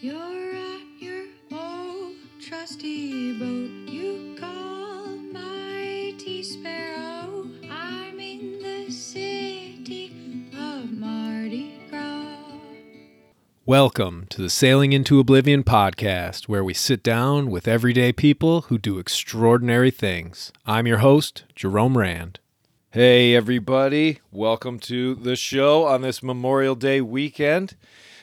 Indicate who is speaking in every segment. Speaker 1: You're at your old trusty boat. You call mighty sparrow. I'm in the city of Mardi Gras.
Speaker 2: Welcome to the Sailing into Oblivion podcast, where we sit down with everyday people who do extraordinary things. I'm your host, Jerome Rand. Hey, everybody. Welcome to the show on this Memorial Day weekend.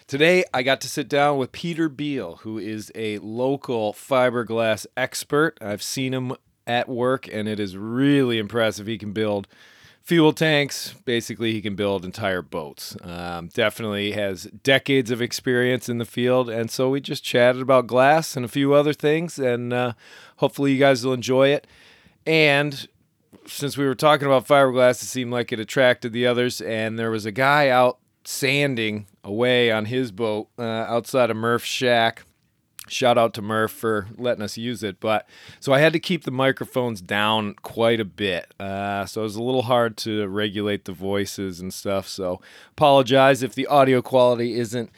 Speaker 2: Today, I got to sit down with Peter Beal, who is a local fiberglass expert. I've seen him at work, and it is really impressive. He can build fuel tanks. Basically, he can build entire boats. Um, definitely has decades of experience in the field. And so we just chatted about glass and a few other things. And uh, hopefully, you guys will enjoy it. And since we were talking about fiberglass, it seemed like it attracted the others. And there was a guy out sanding away on his boat uh, outside of Murph's shack. Shout out to Murph for letting us use it. But so I had to keep the microphones down quite a bit. Uh, so it was a little hard to regulate the voices and stuff. So apologize if the audio quality isn't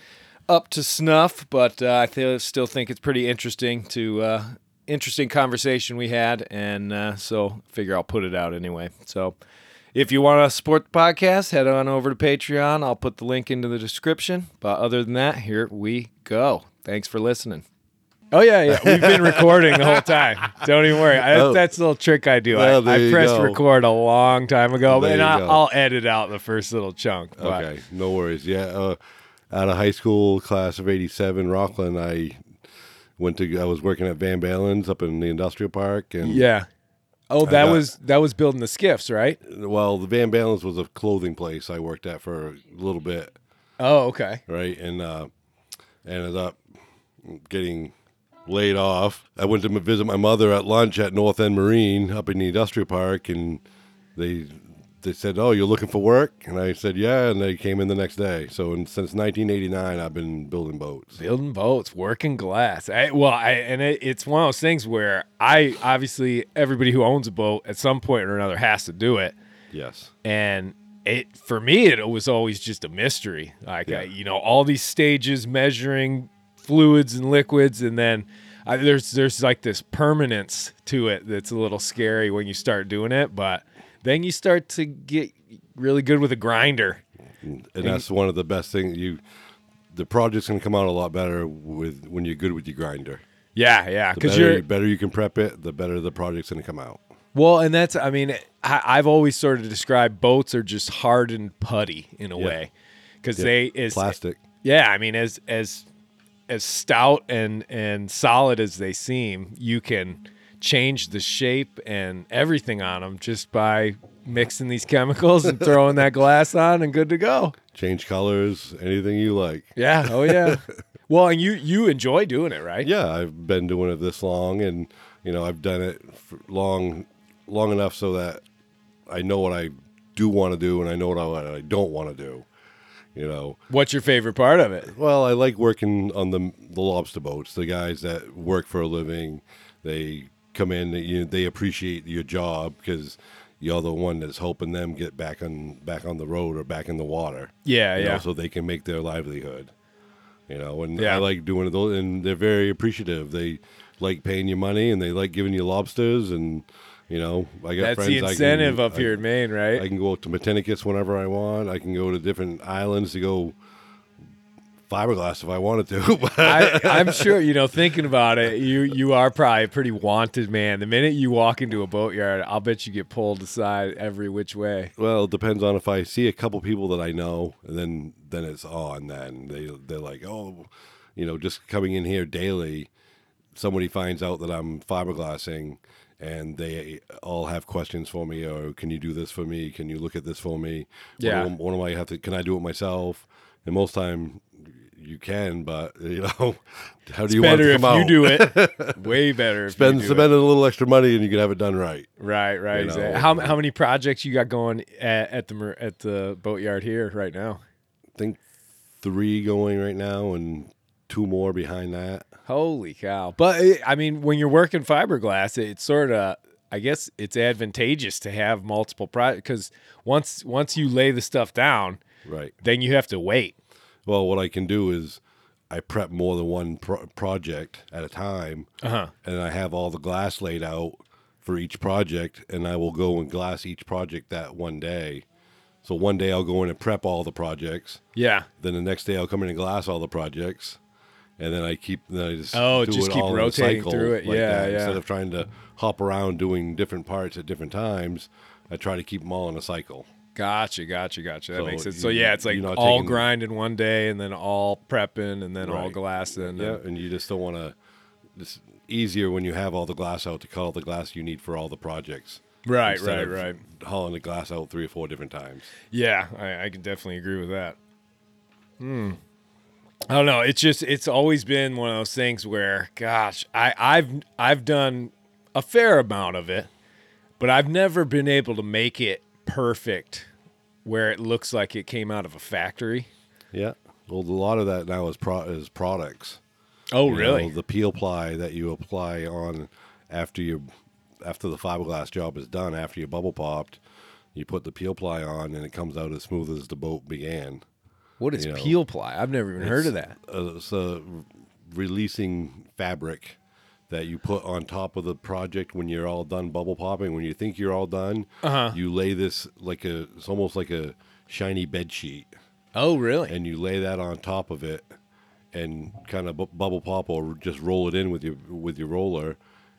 Speaker 2: up to snuff, but uh, I th- still think it's pretty interesting to uh, interesting conversation we had, and uh, so figure I'll put it out anyway. So if you want to support the podcast, head on over to Patreon. I'll put the link into the description. But other than that, here we go. Thanks for listening.
Speaker 3: Oh yeah, yeah. We've been recording the whole time. Don't even worry. I,
Speaker 4: Oh.
Speaker 3: That's a little trick I do. I,
Speaker 4: Oh, there
Speaker 3: I
Speaker 4: you
Speaker 3: pressed
Speaker 4: go.
Speaker 3: record a long time ago,
Speaker 4: There
Speaker 3: and
Speaker 4: you
Speaker 3: I,
Speaker 4: go.
Speaker 3: I'll edit out the first little chunk. But
Speaker 4: Okay, no worries. Yeah, uh, out of high school, class of '87, Rockland. I went to. I was working at Van Balen's up in the industrial park, and
Speaker 3: yeah. Oh, that
Speaker 4: got-
Speaker 3: was that was building the skiffs, right?
Speaker 4: well, the Van Balen's was a clothing place I worked at for a little bit,
Speaker 3: Oh, okay.
Speaker 4: right? And uh, ended up getting laid off. I went to m- visit my mother at lunch at North End Marine up in the industrial park, and they they said, "Oh, you're looking for work?" And I said, "Yeah." And they came in the next day. So and since 1989, I've been building boats.
Speaker 3: Building boats, working glass. I, well, I, and it, it's one of those things where I obviously everybody who owns a boat at some point or another has to do it.
Speaker 4: Yes.
Speaker 3: and it for me it was always just a mystery like I,
Speaker 4: Yeah.
Speaker 3: you know all these stages measuring fluids and liquids and then I, there's there's like this permanence to it that's a little scary when you start doing it but then you start to get really good with a grinder
Speaker 4: and that's one of the best things you the project's going to come out a lot better with when you're good with your grinder
Speaker 3: yeah yeah
Speaker 4: the
Speaker 3: because
Speaker 4: better,
Speaker 3: you're
Speaker 4: better you can prep it the better the project's going to come out
Speaker 3: Well, and that's, I mean, I, I've always sort of described boats are just hardened putty in a
Speaker 4: Yeah.
Speaker 3: way because
Speaker 4: Yeah.
Speaker 3: they is
Speaker 4: Plastic.
Speaker 3: Yeah, I mean, as as as stout and and solid as they seem, you can change the shape and everything on them just by mixing these chemicals and throwing that glass on, and good to go.
Speaker 4: change colors anything you like
Speaker 3: Yeah. Oh yeah. well, and you you enjoy doing it, right?
Speaker 4: yeah i've been doing it this long and you know i've done it for long long enough so that i know what i do want to do and i know what i, what I don't want to do you know
Speaker 3: What's your favorite part of it?
Speaker 4: Well, I like working on the the lobster boats. The guys that work for a living, they come in. They, you they appreciate your job because you're the one that's helping them get back on back on the road or back in the water.
Speaker 3: Yeah.
Speaker 4: you know,
Speaker 3: Yeah.
Speaker 4: so they can make their livelihood. You know, and
Speaker 3: Yeah.
Speaker 4: I like doing those, and they're very appreciative. They like paying you money, and they like giving you lobsters, and you know, I got
Speaker 3: that's
Speaker 4: friends.
Speaker 3: the
Speaker 4: I can-
Speaker 3: incentive up
Speaker 4: I-
Speaker 3: here in Maine, right?
Speaker 4: I can go to Matinicus whenever I want. I can go to different islands to go fiberglass if I wanted to. But
Speaker 3: I, I'm sure you know. Thinking about it, you you are probably a pretty wanted man. The minute you walk into a boatyard, I'll bet you get pulled aside every which way.
Speaker 4: well, it depends on if I see a couple people that I know, and then then it's on. Then they they're like, oh, you know, just coming in here daily. Somebody finds out that I'm fiberglassing, and they all have questions for me. Or can you do this for me? Can you look at this for me?
Speaker 3: Yeah.
Speaker 4: What, do- what do I have to? Can I do it myself? And most time, you can, but you know, how do you want
Speaker 3: better
Speaker 4: it to
Speaker 3: if
Speaker 4: come out?
Speaker 3: you do it. Way better. If
Speaker 4: spend
Speaker 3: you do
Speaker 4: spending a little extra money and you can have it done right.
Speaker 3: it. Right, right.
Speaker 4: you know,
Speaker 3: exactly. How how many projects you got going at, at the mer- at the boatyard here right now?
Speaker 4: I think three going right now and two more behind that.
Speaker 3: Holy cow! But it, I mean, when you're working fiberglass, it, it's sort of I guess it's advantageous to have multiple projects because once once you lay the stuff down,
Speaker 4: Right.
Speaker 3: then you have to wait.
Speaker 4: Well, what I can do is I prep more than one pro- project at a time,
Speaker 3: Uh-huh.
Speaker 4: and I have all the glass laid out for each project, and I will go and glass each project that one day. So one day I'll go in and prep all the projects.
Speaker 3: Yeah.
Speaker 4: Then the next day I'll come in and glass all the projects, and then I keep then I just
Speaker 3: Oh, just keep
Speaker 4: all in a
Speaker 3: rotating
Speaker 4: cycle
Speaker 3: through it. Yeah, yeah.
Speaker 4: Instead of trying to hop around doing different parts at different times, I try to keep them all in a cycle.
Speaker 3: Gotcha, gotcha, gotcha. That
Speaker 4: So
Speaker 3: makes sense. So
Speaker 4: you-
Speaker 3: yeah, it's like
Speaker 4: you're not
Speaker 3: all
Speaker 4: taking-
Speaker 3: grinding one day, and then all prepping, and then all
Speaker 4: Right.
Speaker 3: glassing.
Speaker 4: Yeah,
Speaker 3: Yeah.
Speaker 4: and you just don't want to. It's easier when you have all the glass out to cut all the glass you need for all the projects.
Speaker 3: Right, right,
Speaker 4: instead of
Speaker 3: right.
Speaker 4: Hauling the glass out three or four different times.
Speaker 3: Yeah, I, I can definitely agree with that. Hmm. I don't know. It's just it's always been one of those things where, gosh, I, I've I've done a fair amount of it, but I've never been able to make it perfect where it looks like it came out of a factory.
Speaker 4: Yeah. Well, a lot of that now is pro- is products.
Speaker 3: Oh,
Speaker 4: You know, the peel ply that you apply on after your after the fiberglass job is done, after your bubble popped, you put the peel ply on, and it comes out as smooth as the boat began.
Speaker 3: What is
Speaker 4: you know,
Speaker 3: peel ply? I've never even heard of
Speaker 4: It's-
Speaker 3: that.
Speaker 4: Uh, it's a releasing fabric that you put on top of the project when you're all done bubble popping. When you think you're all done,
Speaker 3: Uh-huh.
Speaker 4: you lay this like a it's almost like a shiny bed sheet,
Speaker 3: Oh, really?
Speaker 4: and you lay that on top of it, and kind of bu- bubble pop or just roll it in with your with your roller,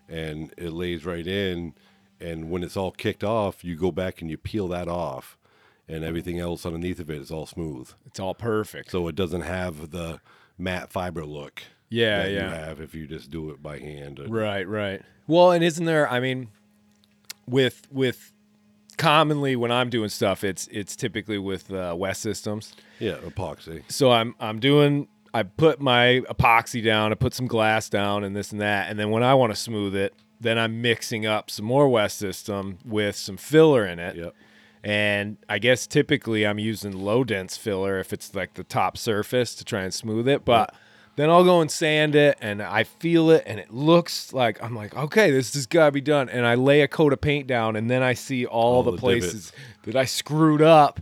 Speaker 4: and it lays right in. And when it's all kicked off, you go back and you peel that off, and everything else underneath of it is all smooth
Speaker 3: It's all perfect.
Speaker 4: so it doesn't have the matte fiber look.
Speaker 3: Yeah,
Speaker 4: that
Speaker 3: yeah.
Speaker 4: You have if you just do it by hand. Or,
Speaker 3: Right, right. Well, and isn't there? I mean, with with commonly when I'm doing stuff, it's it's typically with uh, West Systems.
Speaker 4: Yeah, epoxy.
Speaker 3: So I'm I'm doing. I put my epoxy down. I put some glass down, and this and that. And then when I want to smooth it, then I'm mixing up some more West System with some filler in it.
Speaker 4: Yep.
Speaker 3: And I guess typically I'm using low dense filler if it's like the top surface to try and smooth it. But then I'll go and sand it and I feel it and it looks like I'm like, okay, this has got to be done. And I lay a coat of paint down and then I see all, the,
Speaker 4: the
Speaker 3: places that I screwed up.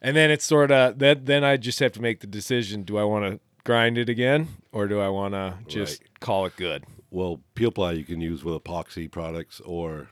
Speaker 3: And then it's sort of that, then I just have to make the decision do I want to grind it again or do I want to just call it good?
Speaker 4: Well, peel ply you can use with epoxy products or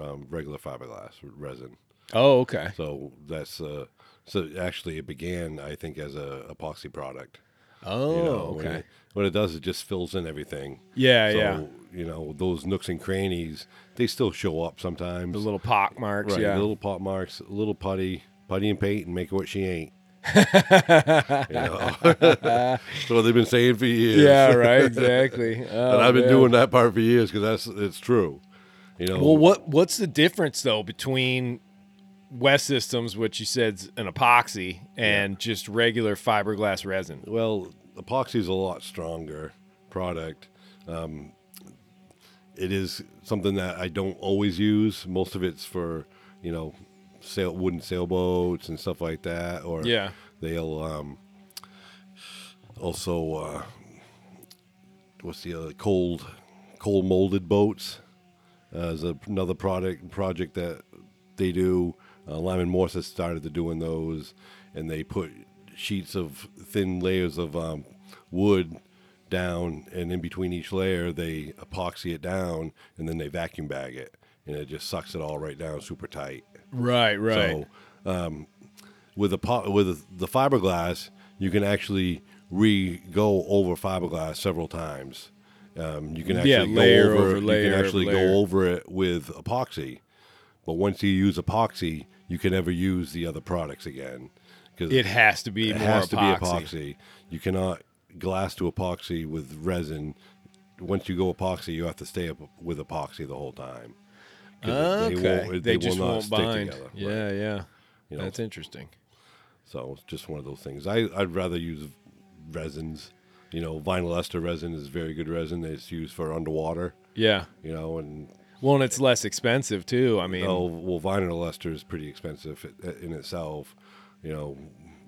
Speaker 4: um, regular fiberglass resin.
Speaker 3: Oh, okay.
Speaker 4: So that's uh, so actually it began I think as a epoxy product.
Speaker 3: Oh,
Speaker 4: you know,
Speaker 3: okay.
Speaker 4: When it, what it does, it just fills in everything.
Speaker 3: yeah,
Speaker 4: so,
Speaker 3: yeah.
Speaker 4: You know those nooks and crannies, they still show up sometimes.
Speaker 3: The little pock marks.
Speaker 4: Right,
Speaker 3: yeah.
Speaker 4: little pot marks, little putty, putty and paint, and make it what she ain't. You know? That's what they've been saying for years.
Speaker 3: Yeah, right. Exactly. Oh,
Speaker 4: and I've been
Speaker 3: man.
Speaker 4: doing that part for years because that's it's true. You know,
Speaker 3: Well, what what's the difference though between West Systems, which you said's an epoxy, and just regular fiberglass resin?
Speaker 4: well, epoxy is a lot stronger product. Um, it is something that I don't always use. Most of it's for you know, sail wooden sailboats and stuff like that. Or
Speaker 3: Yeah.
Speaker 4: they'll um, also uh, what's the other cold cold molded boats uh, is another product project that they do. Uh, Lyman Morse has started to doing those, and they put sheets of thin layers of um, wood down, and in between each layer they epoxy it down, and then they vacuum bag it, and it just sucks it all right down, super tight.
Speaker 3: Right. Right.
Speaker 4: So, um, with the po- with the fiberglass, you can actually re go over fiberglass several times. Um, you can actually
Speaker 3: Yeah,
Speaker 4: go
Speaker 3: layer
Speaker 4: over,
Speaker 3: over layer
Speaker 4: You
Speaker 3: over
Speaker 4: can actually
Speaker 3: layer.
Speaker 4: go over it with epoxy, but once you use epoxy, you can never use the other products again because
Speaker 3: it has to be
Speaker 4: it
Speaker 3: more
Speaker 4: has
Speaker 3: epoxy.
Speaker 4: to be epoxy. You cannot glass to epoxy with resin. Once you go epoxy, you have to stay up with epoxy the whole time. 'Cause
Speaker 3: Okay.
Speaker 4: won't-
Speaker 3: they, just
Speaker 4: not
Speaker 3: won't
Speaker 4: stick
Speaker 3: bind.
Speaker 4: together. Right.
Speaker 3: Yeah. Yeah.
Speaker 4: You know.
Speaker 3: That's interesting.
Speaker 4: So it's just one of those things. I, I'd rather use resins. You know, vinyl ester resin is very good resin. It's used for underwater,
Speaker 3: Yeah.
Speaker 4: you know, and
Speaker 3: Well, and it's less expensive too. I mean,
Speaker 4: oh, well, vinyl ester is pretty expensive i- in itself. You know,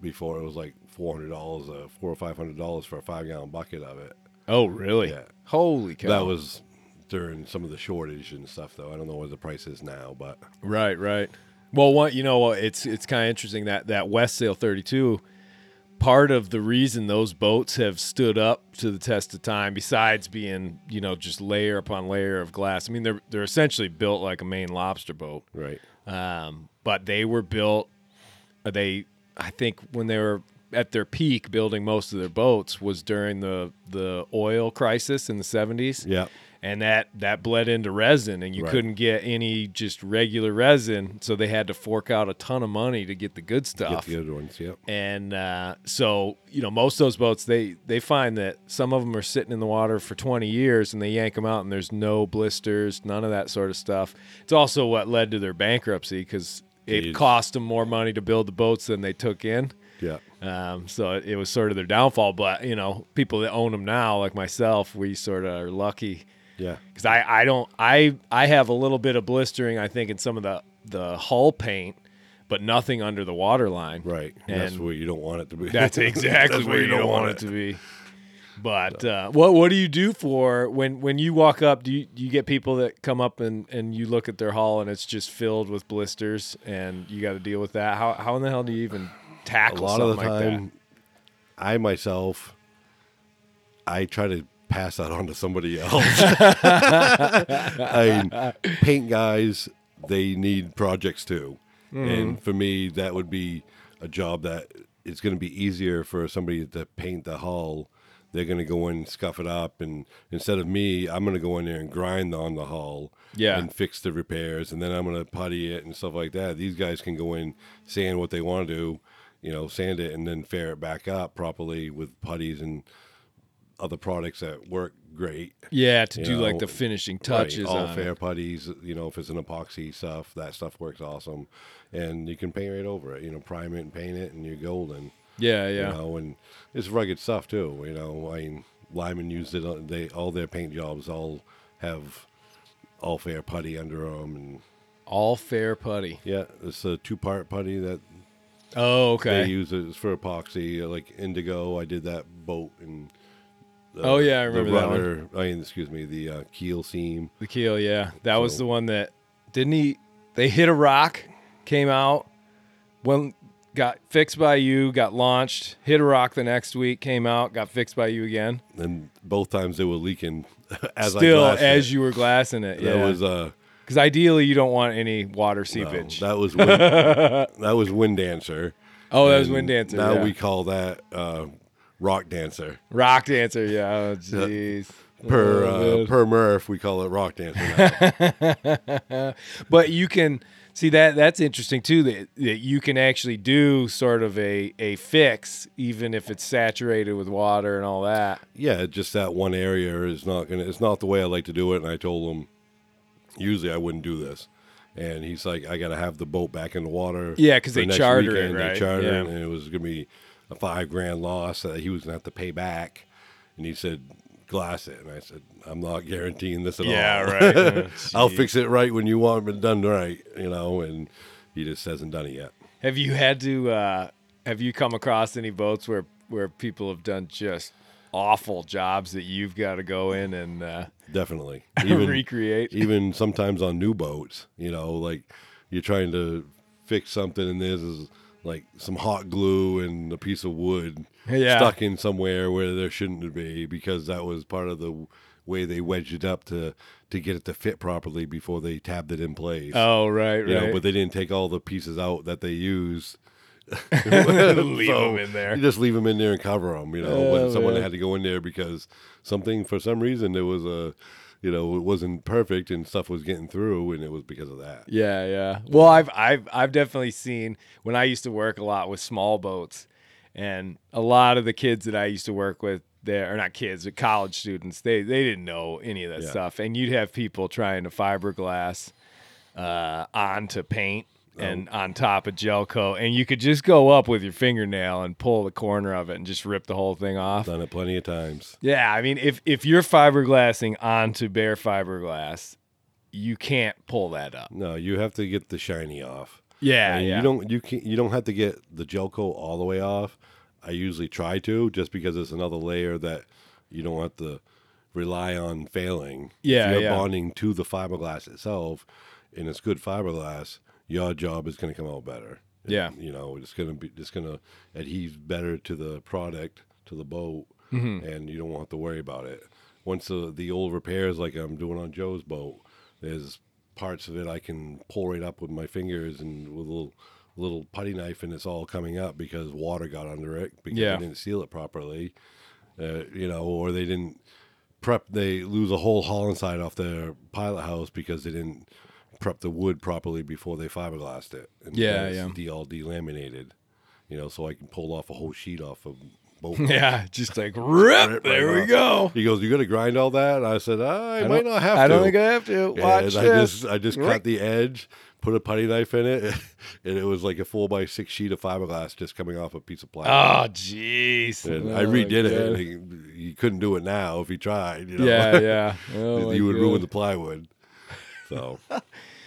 Speaker 4: before it was like $400, uh, four or $500 for a five gallon bucket of it.
Speaker 3: oh really?
Speaker 4: yeah.
Speaker 3: Holy cow!
Speaker 4: That was during some of the shortage and stuff, though. I don't know what the price is now, but
Speaker 3: Right, right. Well, what you know, it's it's kind of interesting that that West Sale 32 part of the reason those boats have stood up to the test of time, besides being you know just layer upon layer of glass. I mean, they're they're essentially built like a Maine lobster boat,
Speaker 4: Right.
Speaker 3: um, but they were built. uh, They, I think, when they were at their peak, building most of their boats was during the the oil crisis in the seventies.
Speaker 4: Yeah.
Speaker 3: and that that bled into resin, and you
Speaker 4: Right.
Speaker 3: couldn't get any just regular resin, so they had to fork out a ton of money to get the good
Speaker 4: Get
Speaker 3: stuff.
Speaker 4: the other ones. Yeah.
Speaker 3: and uh, so you know, most of those boats they they find that some of them are sitting in the water for 20 years, and they yank them out, and there's no blisters, none of that sort of stuff. It's also what led to their bankruptcy because
Speaker 4: Jeez.
Speaker 3: it cost them more money to build the boats than they took in.
Speaker 4: Yeah.
Speaker 3: Um, so it, it was sort of their downfall. But you know, people that own them now, like myself, we sort of are lucky
Speaker 4: Yeah.
Speaker 3: because I, I don't I I have a little bit of blistering I think in some of the the hull paint, but nothing under the water line.
Speaker 4: Right.
Speaker 3: And
Speaker 4: that's where you don't want it to be.
Speaker 3: That's exactly
Speaker 4: That's
Speaker 3: where you don't, want it to be. But uh, what what do you do for when when you walk up? Do you, do you get people that come up and, and you look at their hull and it's just filled with blisters and you got to deal with that? How how in the hell do you even
Speaker 4: A
Speaker 3: tackle
Speaker 4: lot
Speaker 3: something
Speaker 4: of the
Speaker 3: like
Speaker 4: time,
Speaker 3: that?
Speaker 4: I myself, I try to pass that on to somebody else. I mean, paint guys, they need projects too. And for me, that would be a job that it's going to be easier for somebody to paint the hull. They're going to go in and scuff it up. And instead of me, I'm going to go in there and grind on the hull
Speaker 3: Yeah.
Speaker 4: and fix the repairs. And then I'm going to putty it and stuff like that. These guys can go in, sand what they want to do, you know, sand it and then fair it back up properly with putties and other products that work great.
Speaker 3: Yeah, to
Speaker 4: you
Speaker 3: do like
Speaker 4: know,
Speaker 3: the finishing
Speaker 4: Right,
Speaker 3: touches
Speaker 4: all
Speaker 3: on
Speaker 4: fair
Speaker 3: it.
Speaker 4: putties. You know, if it's an epoxy stuff, that stuff works awesome, and you can paint right over it. You know, prime it and paint it, and you're golden.
Speaker 3: Yeah, yeah.
Speaker 4: You know, and it's rugged stuff too. You know, I mean, Lyman used it. on- They all their paint jobs all have all fair putty under them, and
Speaker 3: All fair putty.
Speaker 4: yeah, it's a two part putty that
Speaker 3: Oh,
Speaker 4: they uh,
Speaker 3: okay.
Speaker 4: use it for epoxy, uh, like indigo. I did that boat and. uh,
Speaker 3: Oh, yeah, I remember
Speaker 4: the
Speaker 3: that one.
Speaker 4: rudder, I mean, excuse me, the uh, keel seam.
Speaker 3: The keel, yeah. That was
Speaker 4: So-
Speaker 3: the one that didn't he they hit a rock, came out, when got fixed by you, got launched, hit a rock the next week, came out, got fixed by you again.
Speaker 4: and both times they were leaking as
Speaker 3: Still
Speaker 4: I glassed
Speaker 3: as
Speaker 4: it.
Speaker 3: you were glassing it.
Speaker 4: That
Speaker 3: Yeah.
Speaker 4: was uh,
Speaker 3: Cuz ideally you don't want any water
Speaker 4: no,
Speaker 3: seepage.
Speaker 4: that was wind, that was wind dancer.
Speaker 3: oh, that was
Speaker 4: And
Speaker 3: wind dancer.
Speaker 4: Now
Speaker 3: yeah.
Speaker 4: we call that uh, rock dancer.
Speaker 3: rock dancer. Yeah. Oh jeez.
Speaker 4: Per
Speaker 3: Oh,
Speaker 4: uh,
Speaker 3: man.
Speaker 4: per Murph, we call it rock dancer. Now.
Speaker 3: but you can see that that's interesting too that, that you can actually do sort of a, a fix even if it's saturated with water and all that
Speaker 4: yeah, just that one area is not gonna. It's not the way I like to do it. And I told him, usually I wouldn't do this. And he's like, I gotta have the boat back in the water.
Speaker 3: Yeah, 'cause
Speaker 4: for
Speaker 3: they
Speaker 4: next
Speaker 3: charter it,
Speaker 4: weekend."
Speaker 3: right?
Speaker 4: They charter
Speaker 3: Yeah.
Speaker 4: it, and it was gonna be a five grand loss that he was gonna have to pay back. And he said, glass it. And I said, I'm not guaranteeing this at all.
Speaker 3: right
Speaker 4: I'll fix it right when you want it done right, you know. And he just hasn't done it yet.
Speaker 3: have you had to uh, have you come across any boats where where people have done just awful jobs that you've got to go in and uh,
Speaker 4: Definitely.
Speaker 3: recreate
Speaker 4: even sometimes on new boats, you know, like you're trying to fix something and there's is like some hot glue and a piece of wood
Speaker 3: Yeah.
Speaker 4: stuck in somewhere where there shouldn't be because that was part of the way they wedged it up to to get it to fit properly before they tabbed it in place.
Speaker 3: oh right right
Speaker 4: you know, but they didn't take all the pieces out that they used.
Speaker 3: leave them in there
Speaker 4: You just leave them in there and cover them, you know.
Speaker 3: Oh,
Speaker 4: but someone
Speaker 3: man.
Speaker 4: had to go in there because something, for some reason, there was a, you know, it wasn't perfect and stuff was getting through, and it was because of that.
Speaker 3: Yeah, yeah. Well, I've I've I've definitely seen when I used to work a lot with small boats, and a lot of the kids that I used to work with there, or not kids, but college students, they they didn't know any of that
Speaker 4: Yeah.
Speaker 3: stuff, and you'd have people trying to fiberglass uh, onto paint. And on top of gel coat, and you could just go up with your fingernail and pull the corner of it and just rip the whole thing off.
Speaker 4: Done it plenty of times.
Speaker 3: Yeah, I mean, if if you're fiberglassing onto bare fiberglass, you can't pull that up.
Speaker 4: No, you have to get the shiny off.
Speaker 3: Yeah,
Speaker 4: And
Speaker 3: yeah.
Speaker 4: You don't you can you don't have to get the gel coat all the way off. I usually try to just because it's another layer that you don't have to rely on failing.
Speaker 3: Yeah,
Speaker 4: if you're
Speaker 3: yeah.
Speaker 4: bonding to the fiberglass itself, and it's good fiberglass. Your job is going to come out better.
Speaker 3: Yeah.
Speaker 4: you know it's gonna be it's gonna adhere better to the product to the boat
Speaker 3: Mm-hmm.
Speaker 4: and you don't want to worry about it once the, the old repairs like i'm doing on joe's boat there's parts of it i can pull right up with my fingers and with a little little putty knife and it's all coming up because water got under it because
Speaker 3: Yeah.
Speaker 4: they didn't seal it properly uh, you know or they didn't prep they lose a whole hull inside off their pilot house because they didn't prep the wood properly before they fiberglassed it and
Speaker 3: Yeah,
Speaker 4: it's
Speaker 3: yeah.
Speaker 4: de- all delaminated you know so i can pull off a whole sheet off of both
Speaker 3: Yeah, just like rip.
Speaker 4: Rip
Speaker 3: there
Speaker 4: right
Speaker 3: we go.
Speaker 4: off. he goes you gonna grind all that and i said i, might
Speaker 3: don't-
Speaker 4: not have
Speaker 3: I
Speaker 4: to
Speaker 3: don't think I have to.
Speaker 4: And
Speaker 3: Watch this.
Speaker 4: i just i just
Speaker 3: Right.
Speaker 4: cut the edge put a putty knife in it and it was like a four by six sheet of fiberglass just coming off a piece of plastic
Speaker 3: Oh, jeez.
Speaker 4: and I
Speaker 3: Oh,
Speaker 4: redid
Speaker 3: God.
Speaker 4: it. And he, he couldn't do it now if he tried. You know?
Speaker 3: Yeah, yeah. Oh, my
Speaker 4: you would
Speaker 3: God.
Speaker 4: ruin the plywood. So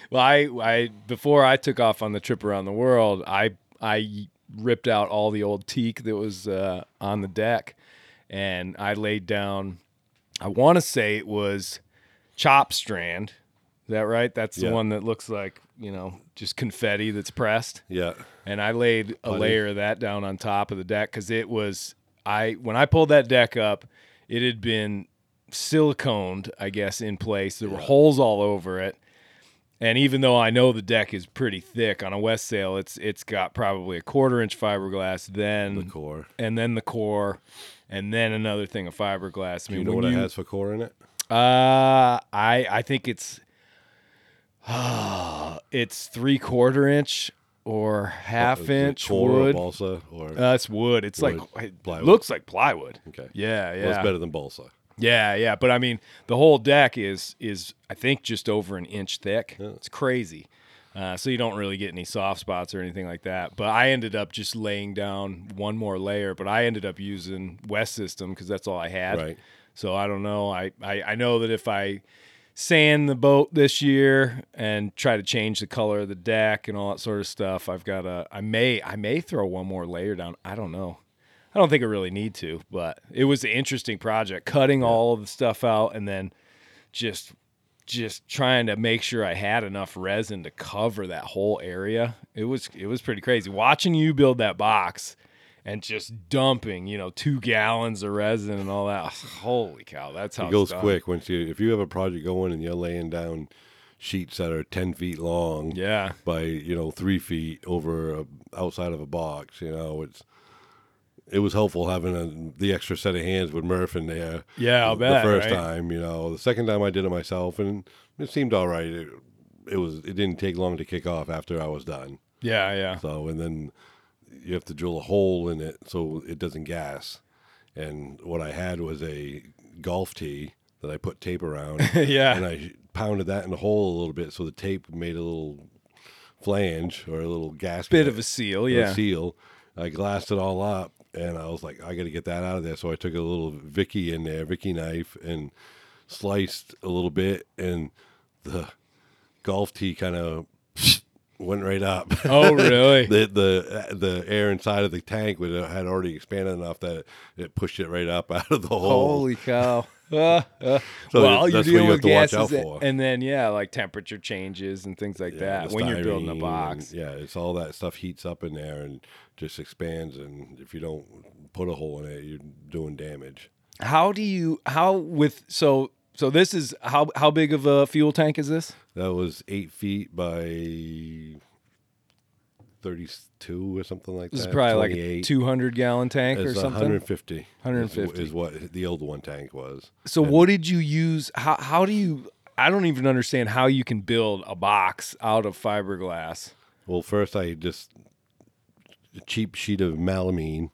Speaker 3: Well, I, I before I took off on the trip around the world, I I ripped out all the old teak that was uh, on the deck, and I laid down. I want to say it was chop strand. Is that right? That's
Speaker 4: Yeah.
Speaker 3: the one that looks like you know just confetti that's pressed.
Speaker 4: yeah,
Speaker 3: And I laid a layer of that down on top of the deck because it was I when I pulled that deck up, it had been siliconed, I guess, in place. There were holes all over it. And even though I know the deck is pretty thick on a West sail, it's it's got probably a quarter inch fiberglass, then
Speaker 4: the core.
Speaker 3: and then the core, and then another thing of fiberglass. I
Speaker 4: You
Speaker 3: mean,
Speaker 4: know
Speaker 3: when
Speaker 4: what it has for core in it?
Speaker 3: uh, I I think it's uh, it's three quarter inch or half
Speaker 4: Is it
Speaker 3: inch
Speaker 4: core or
Speaker 3: wood.
Speaker 4: balsa or
Speaker 3: Uh, it's wood. It's
Speaker 4: Wood.
Speaker 3: like it
Speaker 4: Plywood.
Speaker 3: looks like plywood.
Speaker 4: okay.
Speaker 3: Yeah, yeah,
Speaker 4: Well, it's better than balsa.
Speaker 3: yeah, yeah. But I mean, the whole deck is is I think just over an inch thick. It's crazy. Uh, so you don't really get any soft spots or anything like that. But I ended up just laying down one more layer. But I ended up using West System because that's all I had.
Speaker 4: Right.
Speaker 3: So I don't know. I, I, I know that if I sand the boat this year and try to change the color of the deck and all that sort of stuff, I've got a I may I may throw one more layer down. I don't know. I don't think I really need to, but it was an interesting project cutting all of the stuff out and then just just trying to make sure I had enough resin to cover that whole area. It was it was pretty crazy watching you build that box and just dumping, you know, 2 gallons of resin and all that. Holy cow, that's how
Speaker 4: It goes
Speaker 3: it's done.
Speaker 4: quick once you if you have a project going and you're laying down sheets that are ten feet long
Speaker 3: Yeah.
Speaker 4: by you know three feet over a, outside of a box. You know it's it was helpful having a, the extra set of hands with Murph in there.
Speaker 3: Yeah, I'll
Speaker 4: the
Speaker 3: bet,
Speaker 4: first
Speaker 3: right?
Speaker 4: time, you know, the second time I did it myself, and it seemed all right. It, it was it didn't take long to kick off after I was done.
Speaker 3: Yeah, yeah.
Speaker 4: So and then you have to drill a hole in it so it doesn't gas. And what I had was a golf tee that I put tape around.
Speaker 3: Yeah.
Speaker 4: And I pounded that in the hole a little bit so the tape made a little flange or a little gasket.
Speaker 3: Bit of a seal,
Speaker 4: or a
Speaker 3: yeah.
Speaker 4: seal. I glassed it all up and I was like, I got to get that out of there. So I took a little Vicky in there, Vicky knife, and sliced a little bit. And the golf tee kind of went right up.
Speaker 3: Oh, really?
Speaker 4: the the the air inside of the tank would uh, had already expanded enough that it, it pushed it right up out of the hole.
Speaker 3: Holy cow. Uh, uh,
Speaker 4: So
Speaker 3: well, you're
Speaker 4: that's what you
Speaker 3: dealing
Speaker 4: have
Speaker 3: with
Speaker 4: to watch out
Speaker 3: gases, and-
Speaker 4: for.
Speaker 3: and then yeah, like temperature changes and things like
Speaker 4: Yeah,
Speaker 3: that
Speaker 4: the
Speaker 3: when you're building a
Speaker 4: styrene
Speaker 3: box.
Speaker 4: and, yeah, it's all that stuff heats up in there and just expands. And if you don't put a hole in it, you're doing damage.
Speaker 3: How do you how with so so this is how how big of a fuel tank is this?
Speaker 4: That was eight feet by thirty-two or something like
Speaker 3: This
Speaker 4: that.
Speaker 3: is probably like a
Speaker 4: 28.
Speaker 3: 200 gallon tank or
Speaker 4: Uh, It's
Speaker 3: something.
Speaker 4: 150. is-
Speaker 3: 150.
Speaker 4: is what the old one tank was.
Speaker 3: So what did you use? How how do you? I don't even understand how you can build a box out of fiberglass.
Speaker 4: Well, first I just a cheap sheet of melamine.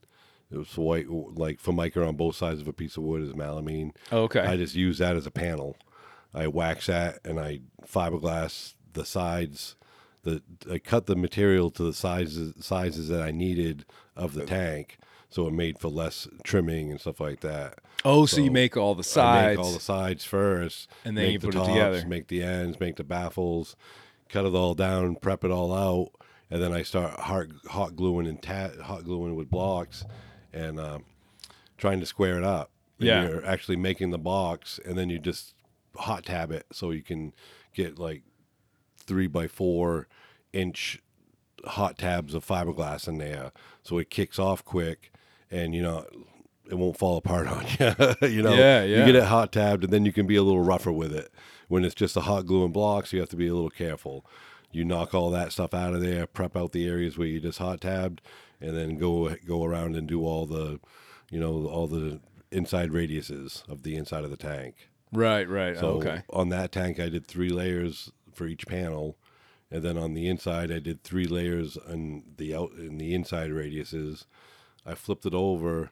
Speaker 4: It was white, like formica on both sides of a piece of wood is melamine.
Speaker 3: Okay.
Speaker 4: I just use that as a panel. I wax that and I fiberglass the sides. The I cut the material to the sizes sizes that I needed of the tank, so it made for less trimming and stuff like that.
Speaker 3: Oh, so, you make all the
Speaker 4: I
Speaker 3: sides.
Speaker 4: Make all the sides first,
Speaker 3: And then
Speaker 4: make
Speaker 3: you
Speaker 4: the
Speaker 3: put it together.
Speaker 4: Make the ends, make the baffles, cut it all down, prep it all out, and then I start hot, hot gluing and ta- hot gluing with blocks, and um, trying to square it up. And
Speaker 3: Yeah.
Speaker 4: you're actually making the box, and then you just hot tab it so you can get like three by four inch hot tabs of fiberglass in there, so it kicks off quick, and you know it won't fall apart on you. you know,
Speaker 3: Yeah,
Speaker 4: you
Speaker 3: yeah.
Speaker 4: get it hot tabbed, and then you can be a little rougher with it. When it's just a hot glue and blocks, you have to be a little careful. You knock all that stuff out of there, prep out the areas where you just hot tabbed, and then go go around and do all the, you know, all the inside radiuses of the inside of the tank.
Speaker 3: Right, right.
Speaker 4: So
Speaker 3: Oh, okay.
Speaker 4: on that tank, I did three layers for each panel, and then on the inside, I did three layers on the out in the inside radiuses. I flipped it over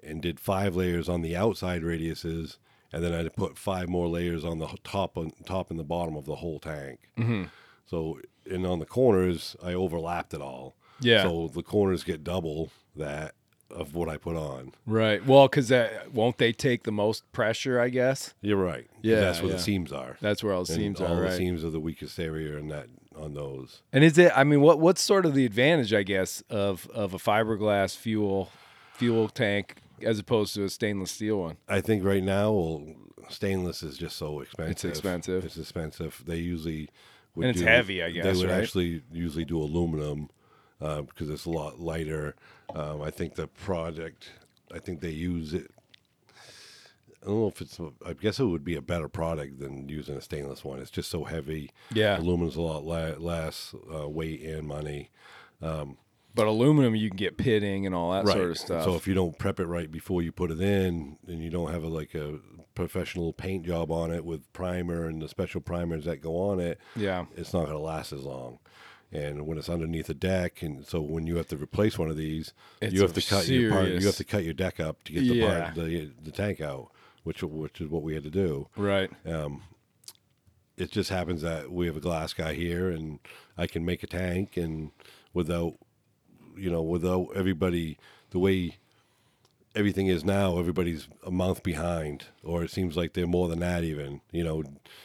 Speaker 4: and did five layers on the outside radiuses, and then I put five more layers on the h- top on top and the bottom of the whole tank.
Speaker 3: Mm-hmm.
Speaker 4: So and on the corners, I overlapped it all.
Speaker 3: Yeah.
Speaker 4: So the corners get double that of what I put on.
Speaker 3: Right. Well, because won't they take the most pressure? I guess
Speaker 4: You're right. 'Cause
Speaker 3: Yeah,
Speaker 4: That's where
Speaker 3: yeah.
Speaker 4: the seams are.
Speaker 3: that's where all the
Speaker 4: and
Speaker 3: seams
Speaker 4: all
Speaker 3: are.
Speaker 4: the
Speaker 3: Right.
Speaker 4: seams are the weakest area in that on those.
Speaker 3: And is it? I mean, what what's sort of the advantage? I guess of of a fiberglass fuel fuel tank as opposed to a stainless steel one.
Speaker 4: I think right now, well, stainless is just so expensive.
Speaker 3: expensive.
Speaker 4: It's expensive. They usually would
Speaker 3: And it's
Speaker 4: do-
Speaker 3: heavy, I
Speaker 4: They
Speaker 3: guess,
Speaker 4: would
Speaker 3: right?
Speaker 4: actually usually do aluminum uh, because it's a lot lighter. Um, I think the product. I think they use it. I don't know if it's. I guess it would be a better product than using a stainless one. It's just so heavy.
Speaker 3: Yeah.
Speaker 4: aluminum's a lot li- less uh, weight and money.
Speaker 3: But aluminum, you can get pitting and all that sort of stuff.
Speaker 4: So if you don't prep it right before you put it in, and you don't have a, like a professional paint job on it with primer and the special primers that go on it,
Speaker 3: yeah.
Speaker 4: it's not going to last as long. And when it's underneath a deck, and so when you have to replace one of these,
Speaker 3: It's
Speaker 4: you have to cut your part,
Speaker 3: serious.
Speaker 4: you have to cut your deck up to get the
Speaker 3: Yeah.
Speaker 4: part, the, the tank out, which which is what we had to do
Speaker 3: Right.
Speaker 4: Uh, it just happens that we have a glass guy here and I can make a tank and without you know without everybody the way everything is now everybody's a month behind or it seems like they're more than that even you know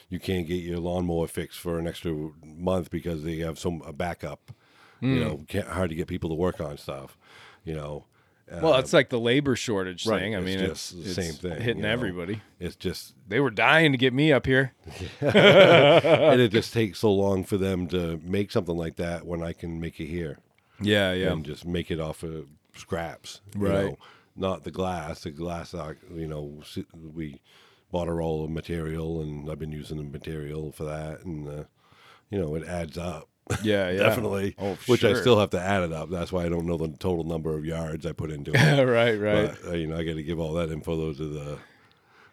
Speaker 4: you can't get your lawnmower fixed for an extra month because they have some a backup you know can't, hard to get people to work on stuff you know
Speaker 3: Well, it's like the labor shortage
Speaker 4: right,
Speaker 3: thing. I
Speaker 4: it's
Speaker 3: mean, it's,
Speaker 4: just the
Speaker 3: it's
Speaker 4: same thing,
Speaker 3: hitting
Speaker 4: you know.
Speaker 3: everybody.
Speaker 4: it's just
Speaker 3: They were dying to get me up here.
Speaker 4: and it just takes so long for them to make something like that when I can make it here
Speaker 3: Yeah, yeah.
Speaker 4: and just make it off of scraps. you
Speaker 3: Right.
Speaker 4: know, not the glass. The glass, uh, you know, s- we bought a roll of material, and I've been using the material for that, and uh, you know, it adds up.
Speaker 3: Yeah, yeah.
Speaker 4: Definitely,
Speaker 3: Oh,
Speaker 4: which I
Speaker 3: sure.
Speaker 4: still have to add it up. That's why I don't know the total number of yards I put into it.
Speaker 3: right, right.
Speaker 4: But, uh, you know, I got to give all that info to the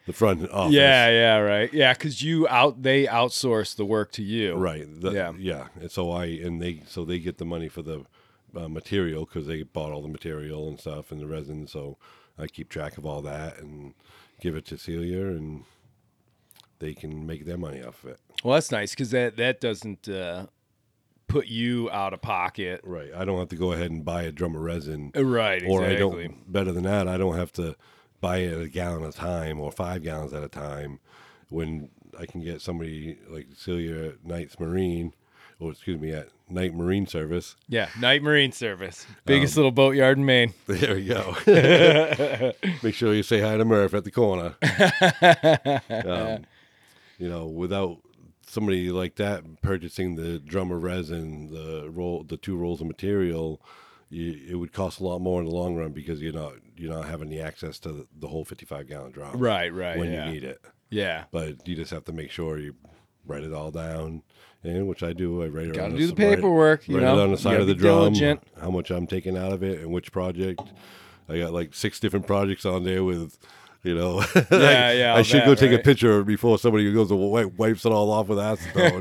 Speaker 4: the front office.
Speaker 3: yeah, yeah, right. Yeah, because you out they outsource the work to you.
Speaker 4: Right. The-
Speaker 3: Yeah.
Speaker 4: Yeah. And so I and they so they get the money for the uh, material because they bought all the material and stuff and the resin. So I keep track of all that and give it to Celia and they can make their money off of it.
Speaker 3: Well, that's nice because that that doesn't uh, put you out of pocket.
Speaker 4: Right. I don't have to go ahead and buy a drum of resin.
Speaker 3: Uh, Right.
Speaker 4: Or I
Speaker 3: exactly.
Speaker 4: don't. Better than that, I don't have to buy it a gallon at a time or five gallons at a time. When I can get somebody like Celia at Knight's Marine, or excuse me, at Night Marine Service.
Speaker 3: Yeah, night marine service, biggest
Speaker 4: Um,
Speaker 3: little boatyard in Maine.
Speaker 4: There we go. Make sure you say hi to Murph at the corner. um, you know, without somebody like that purchasing the drum of resin, the roll, the two rolls of material, you, it would cost a lot more in the long run because you're not you're not having the access to the, the whole 55 gallon drum
Speaker 3: Right, right.
Speaker 4: when
Speaker 3: yeah.
Speaker 4: you need it.
Speaker 3: Yeah.
Speaker 4: But you just have to make sure you write it all down, and which I do. I write it.
Speaker 3: Gotta
Speaker 4: on
Speaker 3: do
Speaker 4: s-
Speaker 3: the
Speaker 4: write it-
Speaker 3: paperwork, you
Speaker 4: write
Speaker 3: know?
Speaker 4: it on
Speaker 3: You
Speaker 4: the side
Speaker 3: gotta
Speaker 4: of the
Speaker 3: be
Speaker 4: drum.
Speaker 3: diligent.
Speaker 4: How much I'm taking out of it and which project. I got like six different projects on there with, you know. Yeah,
Speaker 3: yeah,
Speaker 4: I
Speaker 3: all
Speaker 4: should go
Speaker 3: that,
Speaker 4: take a
Speaker 3: right?
Speaker 4: picture before somebody goes and wi- wipes it all off with acetone.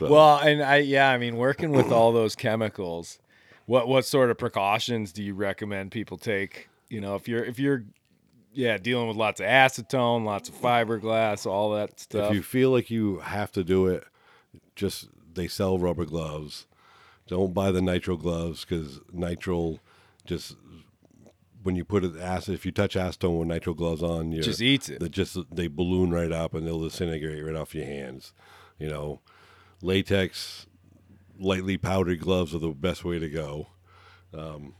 Speaker 3: Well, and I yeah, I mean, working with all those chemicals, what what sort of precautions do you recommend people take? You know, if you're if you're yeah dealing with lots of acetone, lots of fiberglass, all that stuff.
Speaker 4: If you feel like you have to do it, just they sell rubber gloves. Don't buy the nitrile gloves because nitrile just when you put it acid, if you touch acetone with nitrile gloves on, you
Speaker 3: Just eats it.
Speaker 4: They just they balloon right up and they'll disintegrate right off your hands. You know, latex, lightly powdered gloves are the best way to go,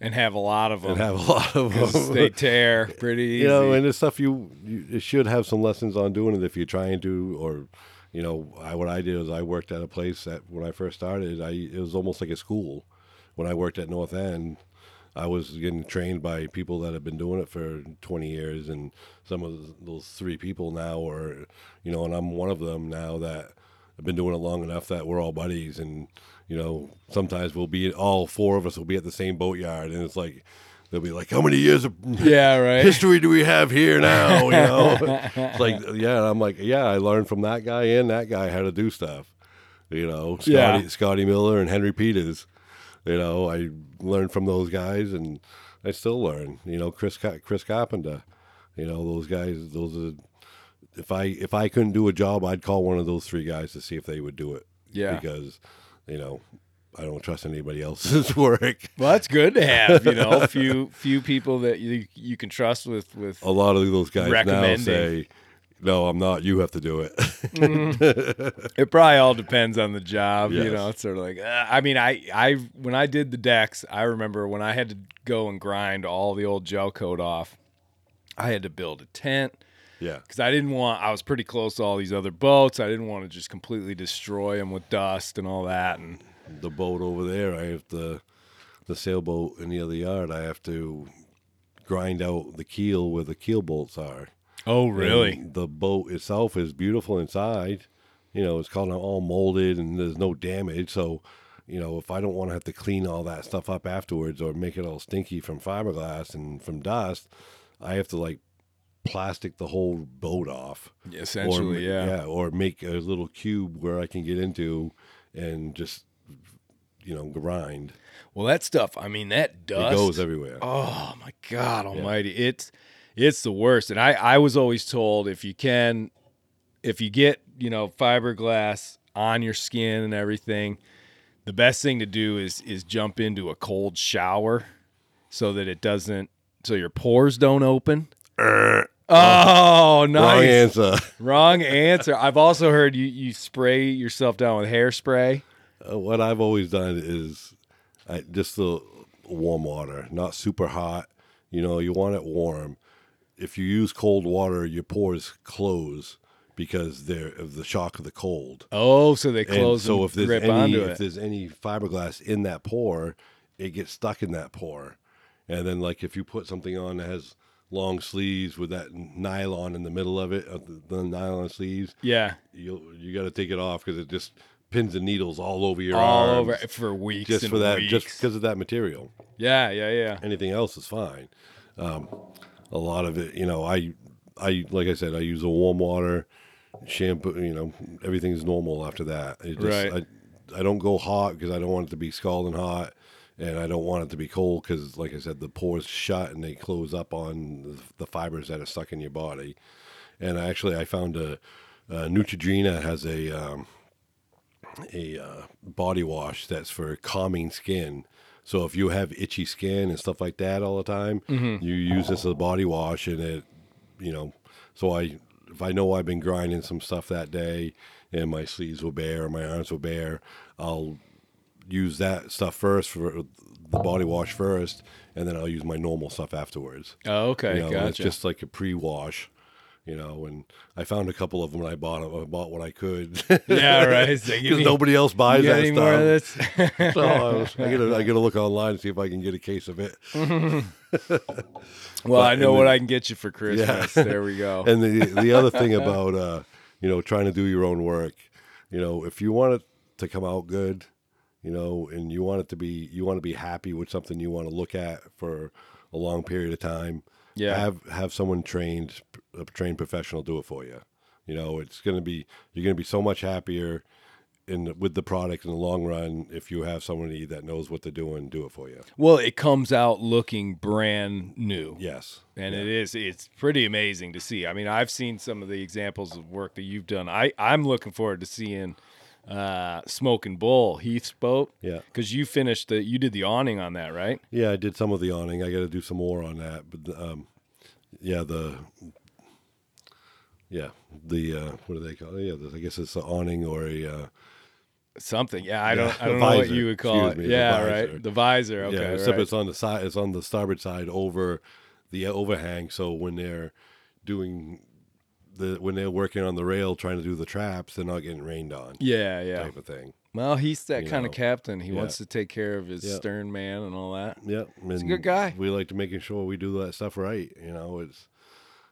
Speaker 3: and have a lot of them.
Speaker 4: and have a lot of
Speaker 3: Uh-huh. 'cause
Speaker 4: them.
Speaker 3: they tear pretty easy.
Speaker 4: you know, and it's stuff you, you it should have some lessons on doing it if you're trying to, or you know, I, what I did was I worked at a place that when I first started, I it was almost like a school. When I worked at North End, I was getting trained by people that have been doing it for 20 years, and some of th- those three people now are, you know, and I'm one of them now that have been doing it long enough that we're all buddies, and you know, sometimes we'll be all four of us will be at the same boatyard, and it's like they'll be like, how many years of
Speaker 3: Yeah, right.
Speaker 4: history do we have here now? You know, it's like, yeah. And I'm like, yeah, I learned from that guy and that guy how to do stuff. You know, Scotty,
Speaker 3: Yeah.
Speaker 4: Scotty Miller and Henry Peters. You know, I learned from those guys, and I still learn. You know, Chris Co- Chris Carpenter. You know, those guys. Those are if I if I couldn't do a job, I'd call one of those three guys to see if they would do it.
Speaker 3: Yeah.
Speaker 4: because you know. I don't trust anybody else's work.
Speaker 3: Well, that's good to have, you know, few few people that you you can trust with with
Speaker 4: a lot of those guys now
Speaker 3: Recommending.
Speaker 4: say, "No, I'm not. You have to do it."
Speaker 3: It probably all depends on the job, you
Speaker 4: Yes.
Speaker 3: know. It's sort of like uh, I mean, I I when I did the decks, I remember when I had to go and grind all the old gel coat off. I had to build a tent
Speaker 4: yeah,
Speaker 3: because I didn't want. I was pretty close to all these other boats. I didn't want to just completely destroy them with dust and all that. And
Speaker 4: the boat over there. I have to the sailboat in the other yard. I have to grind out the keel where the keel bolts are.
Speaker 3: oh,
Speaker 4: And the boat itself is beautiful inside. You know, it's called all molded and there's no damage. So, you know, if I don't want to have to clean all that stuff up afterwards or make it all stinky from fiberglass and from dust, I have to like plastic the whole boat off.
Speaker 3: essentially,
Speaker 4: or, ma-
Speaker 3: yeah.
Speaker 4: or make a little cube where I can get into and just you know grind.
Speaker 3: Well, that stuff. I mean, that dust
Speaker 4: It goes everywhere.
Speaker 3: Oh my God Almighty! It's it's the worst. And I I was always told if you can, if you get you know fiberglass on your skin and everything, the best thing to do is is jump into a cold shower, so that it doesn't so your pores don't open. Oh, Uh, nice.
Speaker 4: Wrong answer.
Speaker 3: Wrong answer. I've also heard you you spray yourself down with hairspray.
Speaker 4: Uh, what I've always done is I, just the warm water, not super hot. You know, you want it warm. If you use cold water, your pores close because they're of the shock of the cold.
Speaker 3: Oh, so they
Speaker 4: And
Speaker 3: close and,
Speaker 4: so if there's
Speaker 3: grip
Speaker 4: any
Speaker 3: onto
Speaker 4: if
Speaker 3: it.
Speaker 4: there's any fiberglass in that pore, it gets stuck in that pore, and then like if you put something on that has long sleeves with that nylon in the middle of it, of the, the nylon sleeves,
Speaker 3: yeah,
Speaker 4: you you got to take it off because it just pins and needles all over your
Speaker 3: all
Speaker 4: arms,
Speaker 3: over for weeks.
Speaker 4: just
Speaker 3: and
Speaker 4: for that, just
Speaker 3: weeks.
Speaker 4: because of that material.
Speaker 3: Yeah, yeah, yeah.
Speaker 4: Anything else is fine. Um, a lot of it, you know, I I like I said, I use a warm water shampoo. You know, everything's normal after that. It just,
Speaker 3: Right.
Speaker 4: I, I don't go hot because I don't want it to be scalding hot, and I don't want it to be cold because, like I said, the pores shut and they close up on the, the fibers that are stuck in your body. And actually, I found a, uh Neutrogena has a um, a uh, body wash that's for calming skin. So if you have itchy skin and stuff like that all the time, you use this as a body wash, and it, you know, so I if I know I've been grinding some stuff that day, and my sleeves were bare, my arms were bare, I'll use that stuff first for the body wash first, and then I'll use my normal stuff afterwards.
Speaker 3: Oh, okay,
Speaker 4: You know,
Speaker 3: gotcha.
Speaker 4: It's just like a pre-wash, you know. And I found a couple of them. And I bought 'em- I bought what I could.
Speaker 3: yeah, right. So you
Speaker 4: Because
Speaker 3: need-
Speaker 4: nobody else
Speaker 3: you
Speaker 4: buys
Speaker 3: got
Speaker 4: that
Speaker 3: any
Speaker 4: stuff.
Speaker 3: more of this?
Speaker 4: so I, was, I gotta, I gotta look online and see if I can get a case of it.
Speaker 3: well, I know
Speaker 4: and
Speaker 3: what
Speaker 4: then-
Speaker 3: I can get you for Christmas. There we go.
Speaker 4: And the the other thing about uh, you know trying to do your own work, you know, if you want it to come out good, you know, and you want it to be you want to be happy with something you want to look at for a long period of time.
Speaker 3: Yeah.
Speaker 4: Have have someone trained a trained professional do it for you. You know, it's gonna be you're gonna be so much happier in with the product in the long run if you have somebody that knows what they're doing do it for you.
Speaker 3: well, it comes out looking brand new.
Speaker 4: Yes.
Speaker 3: And it is it's pretty amazing to see. I mean, I've seen some of the examples of work that you've done. I I'm looking forward to seeing uh Smoking Bull Heath's boat.
Speaker 4: Yeah.
Speaker 3: Cuz you finished the you did the awning on that, right?
Speaker 4: Yeah, I did some of the awning. I got to do some more on that. But um, yeah, the yeah the uh, what do they call? It? Yeah, the, I guess it's an awning or a uh,
Speaker 3: Something. Yeah, I don't
Speaker 4: Yeah,
Speaker 3: I don't know what
Speaker 4: visor.
Speaker 3: you would call
Speaker 4: Excuse
Speaker 3: it.
Speaker 4: me, the
Speaker 3: yeah,
Speaker 4: visor.
Speaker 3: right. The visor. Okay.
Speaker 4: yeah. Except
Speaker 3: right.
Speaker 4: it's on the side. It's on the starboard side over the overhang. So when they're doing the, when they're working on the rail trying to do the traps, they're not getting rained on.
Speaker 3: Yeah, yeah.
Speaker 4: Type of thing.
Speaker 3: Well, he's that
Speaker 4: You
Speaker 3: kind
Speaker 4: know.
Speaker 3: of captain. He
Speaker 4: Yeah.
Speaker 3: wants to take care of his
Speaker 4: Yeah.
Speaker 3: stern man and all that.
Speaker 4: Yeah, he's
Speaker 3: a good guy.
Speaker 4: We like to making sure we do that stuff right. You know, it's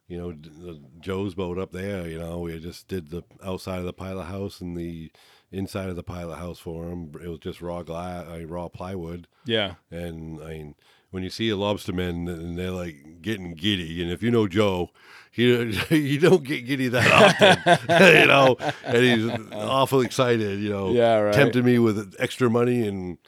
Speaker 4: you know d- the Joe's boat up there. You know, we just did the outside of the pilot house and the inside of the pilot house for him. It was just raw glass, uh, raw plywood.
Speaker 3: Yeah.
Speaker 4: And I mean, when you see a lobsterman and they're like getting giddy, and if you know Joe, you you don't get giddy that often, you know. And he's awful excited, you know.
Speaker 3: Yeah, right.
Speaker 4: Oh, Tempted me with extra money and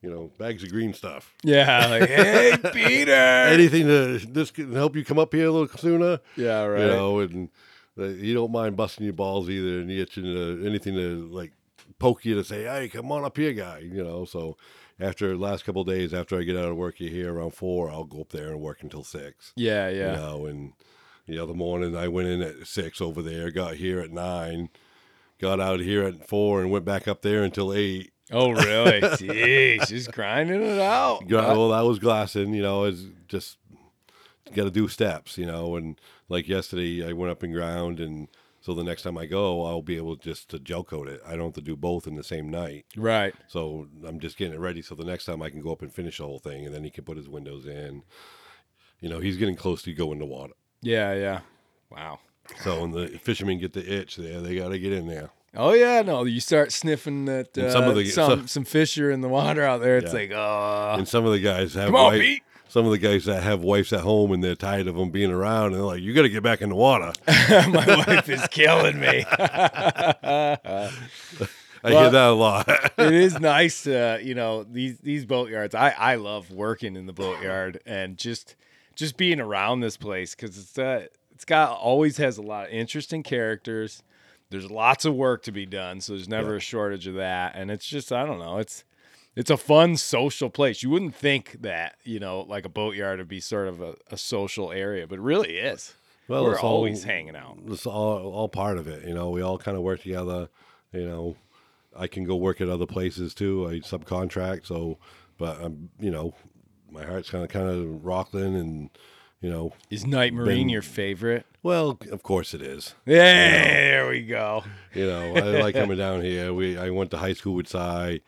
Speaker 4: you know bags of green stuff.
Speaker 3: Yeah. Like, hey, Peter.
Speaker 4: Anything to this can help you come up here a little sooner,
Speaker 3: Yeah, right.
Speaker 4: you know. And uh, you don't mind busting your balls either, and itching to anything to like poke you to say, "Hey, come on up here, guy," you know. So. After the last couple of days, after I get out of work here around four, I'll go up there and work until six
Speaker 3: yeah,
Speaker 4: you
Speaker 3: yeah.
Speaker 4: know and the other morning i went in at six over there got here at nine got out here at four and went back up there until eight
Speaker 3: Oh, really? Jeez, she's grinding it out.
Speaker 4: got, well that was glassing you know it's just got to do steps you know and like yesterday i went up and ground and so the next time i go i'll be able just to gel coat it i don't have to do both in the same night
Speaker 3: Right.
Speaker 4: so i'm just getting it ready so the next time i can go up and finish the whole thing and then he can put his windows in you know he's getting close to going to water
Speaker 3: Yeah, yeah. Wow.
Speaker 4: So when the fishermen get the itch there, they got to get in there.
Speaker 3: Oh yeah, no. You start sniffing that uh,
Speaker 4: And
Speaker 3: some
Speaker 4: some of the-
Speaker 3: some,
Speaker 4: so-
Speaker 3: fish are in the water out there. It's
Speaker 4: Yeah.
Speaker 3: like, oh,
Speaker 4: And some of the guys have
Speaker 3: Come on,
Speaker 4: wife-
Speaker 3: Pete.
Speaker 4: some of the guys that have wives at home and they're tired of them being around and they're like, "You got to get back in the water."
Speaker 3: my wife is killing me.
Speaker 4: I
Speaker 3: Well-
Speaker 4: hear that a lot.
Speaker 3: it is nice, uh, you know these these boatyards. I I love working in the boatyard and just just being around this place because it's uh it's got always has a lot of interesting characters. There's lots of work to be done, so there's never a shortage of that. And it's just I don't know, it's it's a fun social place. You wouldn't think that you know like a boatyard would be sort of a, a social area, but it really is.
Speaker 4: Well,
Speaker 3: We're
Speaker 4: it's all-
Speaker 3: always hanging out.
Speaker 4: it's all all part of it, you know. We all kind of work together, you know. I can go work at other places too. I subcontract, so but I'm, you know, my heart's kind of kind of Rockland and you know,
Speaker 3: Is Night Marine
Speaker 4: Been-
Speaker 3: your favorite?
Speaker 4: well, of course it is.
Speaker 3: There we go.
Speaker 4: You know, I like coming down here. We I went to high school with Cy.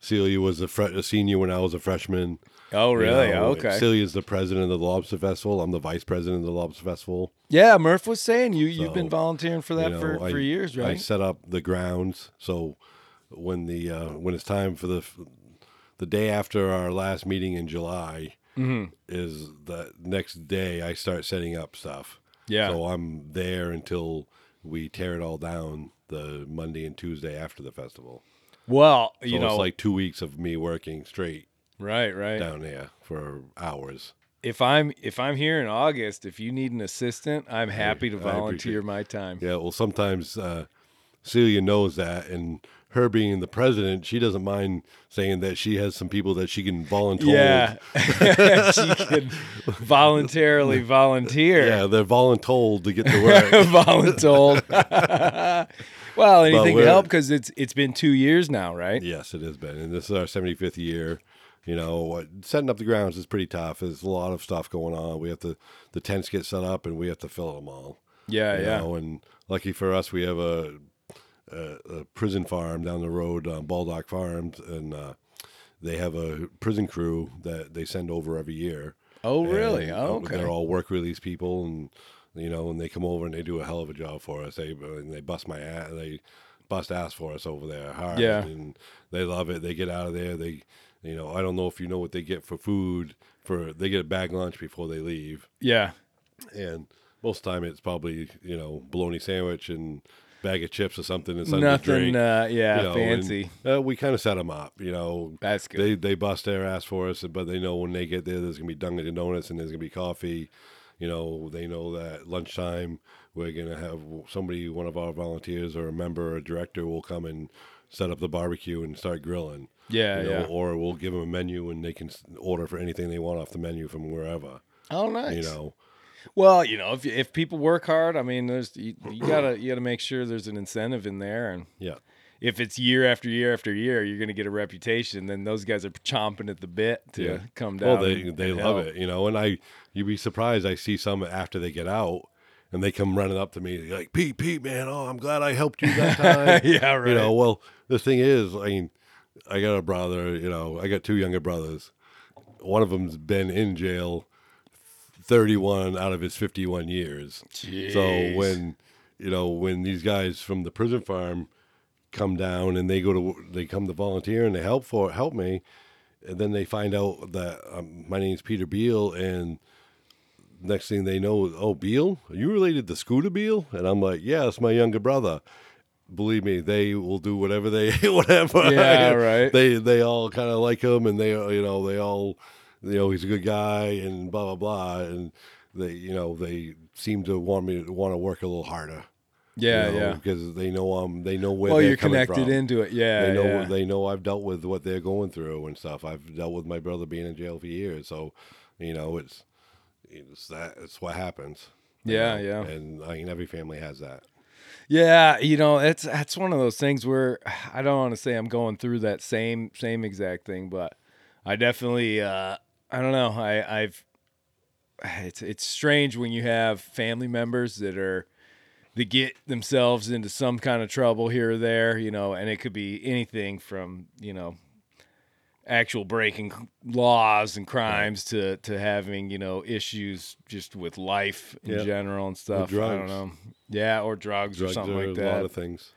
Speaker 4: Celia was a, fre- a senior when I was a freshman.
Speaker 3: Oh,
Speaker 4: you
Speaker 3: really?
Speaker 4: know.
Speaker 3: okay.
Speaker 4: Celia's the president of the Lobster Festival. I'm the vice president of the Lobster Festival.
Speaker 3: Yeah, Murph was saying you you've
Speaker 4: So,
Speaker 3: been volunteering for
Speaker 4: You
Speaker 3: that
Speaker 4: know,
Speaker 3: for,
Speaker 4: I-
Speaker 3: for years,
Speaker 4: I
Speaker 3: right?
Speaker 4: set up the grounds so when the uh, when it's time for the f- the day after our last meeting in July
Speaker 3: Mm-hmm.
Speaker 4: is the next day I start setting up stuff.
Speaker 3: Yeah.
Speaker 4: So I'm there until we tear it all down the Monday and Tuesday after the festival.
Speaker 3: well, you
Speaker 4: So
Speaker 3: know,
Speaker 4: it's like two weeks of me working straight
Speaker 3: right, right.
Speaker 4: down there for hours.
Speaker 3: If I'm if I'm here in August, if you need an assistant, I'm happy to
Speaker 4: I appreciate
Speaker 3: volunteer
Speaker 4: it.
Speaker 3: my time.
Speaker 4: Yeah, well, sometimes uh, Celia knows that, and her being the president, she doesn't mind saying that she has some people that she can volunteer.
Speaker 3: Yeah, she can voluntarily volunteer.
Speaker 4: Yeah, they're voluntold to get to work.
Speaker 3: voluntold. well, anything to
Speaker 4: we're-
Speaker 3: help because it's it's been two years now, right?
Speaker 4: yes, it has been, and this is our 75th year. You know, what- setting up the grounds is pretty tough. There's a lot of stuff going on. We have to the tents get set up, and we have to fill them all.
Speaker 3: Yeah,
Speaker 4: you
Speaker 3: Uh, yeah.
Speaker 4: know, and lucky for us, we have a, a, a prison farm down the road on Baldock Farms, and uh, they have a prison crew that they send over every year.
Speaker 3: Oh,
Speaker 4: And,
Speaker 3: really? Oh,
Speaker 4: uh,
Speaker 3: okay.
Speaker 4: They're all work release people, and you know, and they come over and they do a hell of a job for us. They and they bust my ass. They bust ass for us over there hard.
Speaker 3: Yeah.
Speaker 4: and they love it. They get out of there. They, you know, I don't know if you know what they get for food. For they get a bag lunch before they leave
Speaker 3: yeah.
Speaker 4: and most of the time it's probably you know bologna sandwich and bag of chips or something and something to
Speaker 3: Nothing.
Speaker 4: drink,
Speaker 3: Uh,
Speaker 4: you
Speaker 3: yeah.
Speaker 4: know, and,
Speaker 3: fancy.
Speaker 4: uh, we kind of set them up, you know.
Speaker 3: That's good.
Speaker 4: They they bust their ass for us, but they know when they get there, there's gonna be Dunkin' Donuts and there's gonna be coffee. You know, they know that lunchtime we're gonna have somebody, one of our volunteers or a member or a director, will come and set up the barbecue and start grilling.
Speaker 3: Yeah,
Speaker 4: you know,
Speaker 3: yeah.
Speaker 4: Or we'll give them a menu and they can s- order for anything they want off the menu from wherever.
Speaker 3: oh, nice.
Speaker 4: You know.
Speaker 3: Well, you know, if if people work hard, I mean, there's you, you gotta you gotta make sure there's an incentive in there, and
Speaker 4: Yeah.
Speaker 3: if it's year after year after year, you're gonna get a reputation. Then those guys are chomping at the bit to
Speaker 4: Yeah.
Speaker 3: come down.
Speaker 4: Well, they
Speaker 3: and-
Speaker 4: they
Speaker 3: and
Speaker 4: love
Speaker 3: help.
Speaker 4: it, you know. And I, you'd be surprised. I see some after they get out, and they come running up to me like, Pete, Pete, man, oh, I'm glad I helped you that time.
Speaker 3: yeah, right.
Speaker 4: You know, well, the thing is, I mean, I got a brother, you know, I got two younger brothers. One of them's been in jail 31 out of his 51 years. So when, you know, when these guys from the prison farm come down and they go to, they come to volunteer and they help for, help me. And then they find out that um, my name's Peter Beal and next thing they know, oh, Beal, are you related to Scooter Beal? And I'm like, yeah, it's my younger brother. Believe me, they will do whatever they whatever.
Speaker 3: Yeah, right.
Speaker 4: They they all kind of like him, and they you know they all you know he's a good guy, and blah blah blah, and they you know they seem to want me to want to work a little harder. you
Speaker 3: yeah,
Speaker 4: know,
Speaker 3: yeah.
Speaker 4: because they know um they know where
Speaker 3: Well,
Speaker 4: they're
Speaker 3: you're
Speaker 4: coming
Speaker 3: connected
Speaker 4: from.
Speaker 3: into it. Yeah,
Speaker 4: They know
Speaker 3: yeah.
Speaker 4: they know I've dealt with what they're going through and stuff. I've dealt with my brother being in jail for years, so you know it's it's that it's what happens. you
Speaker 3: Yeah,
Speaker 4: know,
Speaker 3: yeah.
Speaker 4: And I mean, every family has that.
Speaker 3: Yeah, you know, it's that's one of those things where I don't want to say I'm going through that same same exact thing, but I definitely uh I don't know. I I've it's it's strange when you have family members that are that get themselves into some kind of trouble here or there, you know, and it could be anything from, you know, actual breaking c- laws and crimes to to having, you know, issues just with life in
Speaker 4: Yeah.
Speaker 3: general and stuff. I don't
Speaker 4: drugs.
Speaker 3: know. Yeah, or drugs,
Speaker 4: Drugs
Speaker 3: or something
Speaker 4: are
Speaker 3: like
Speaker 4: a lot
Speaker 3: that.
Speaker 4: of things.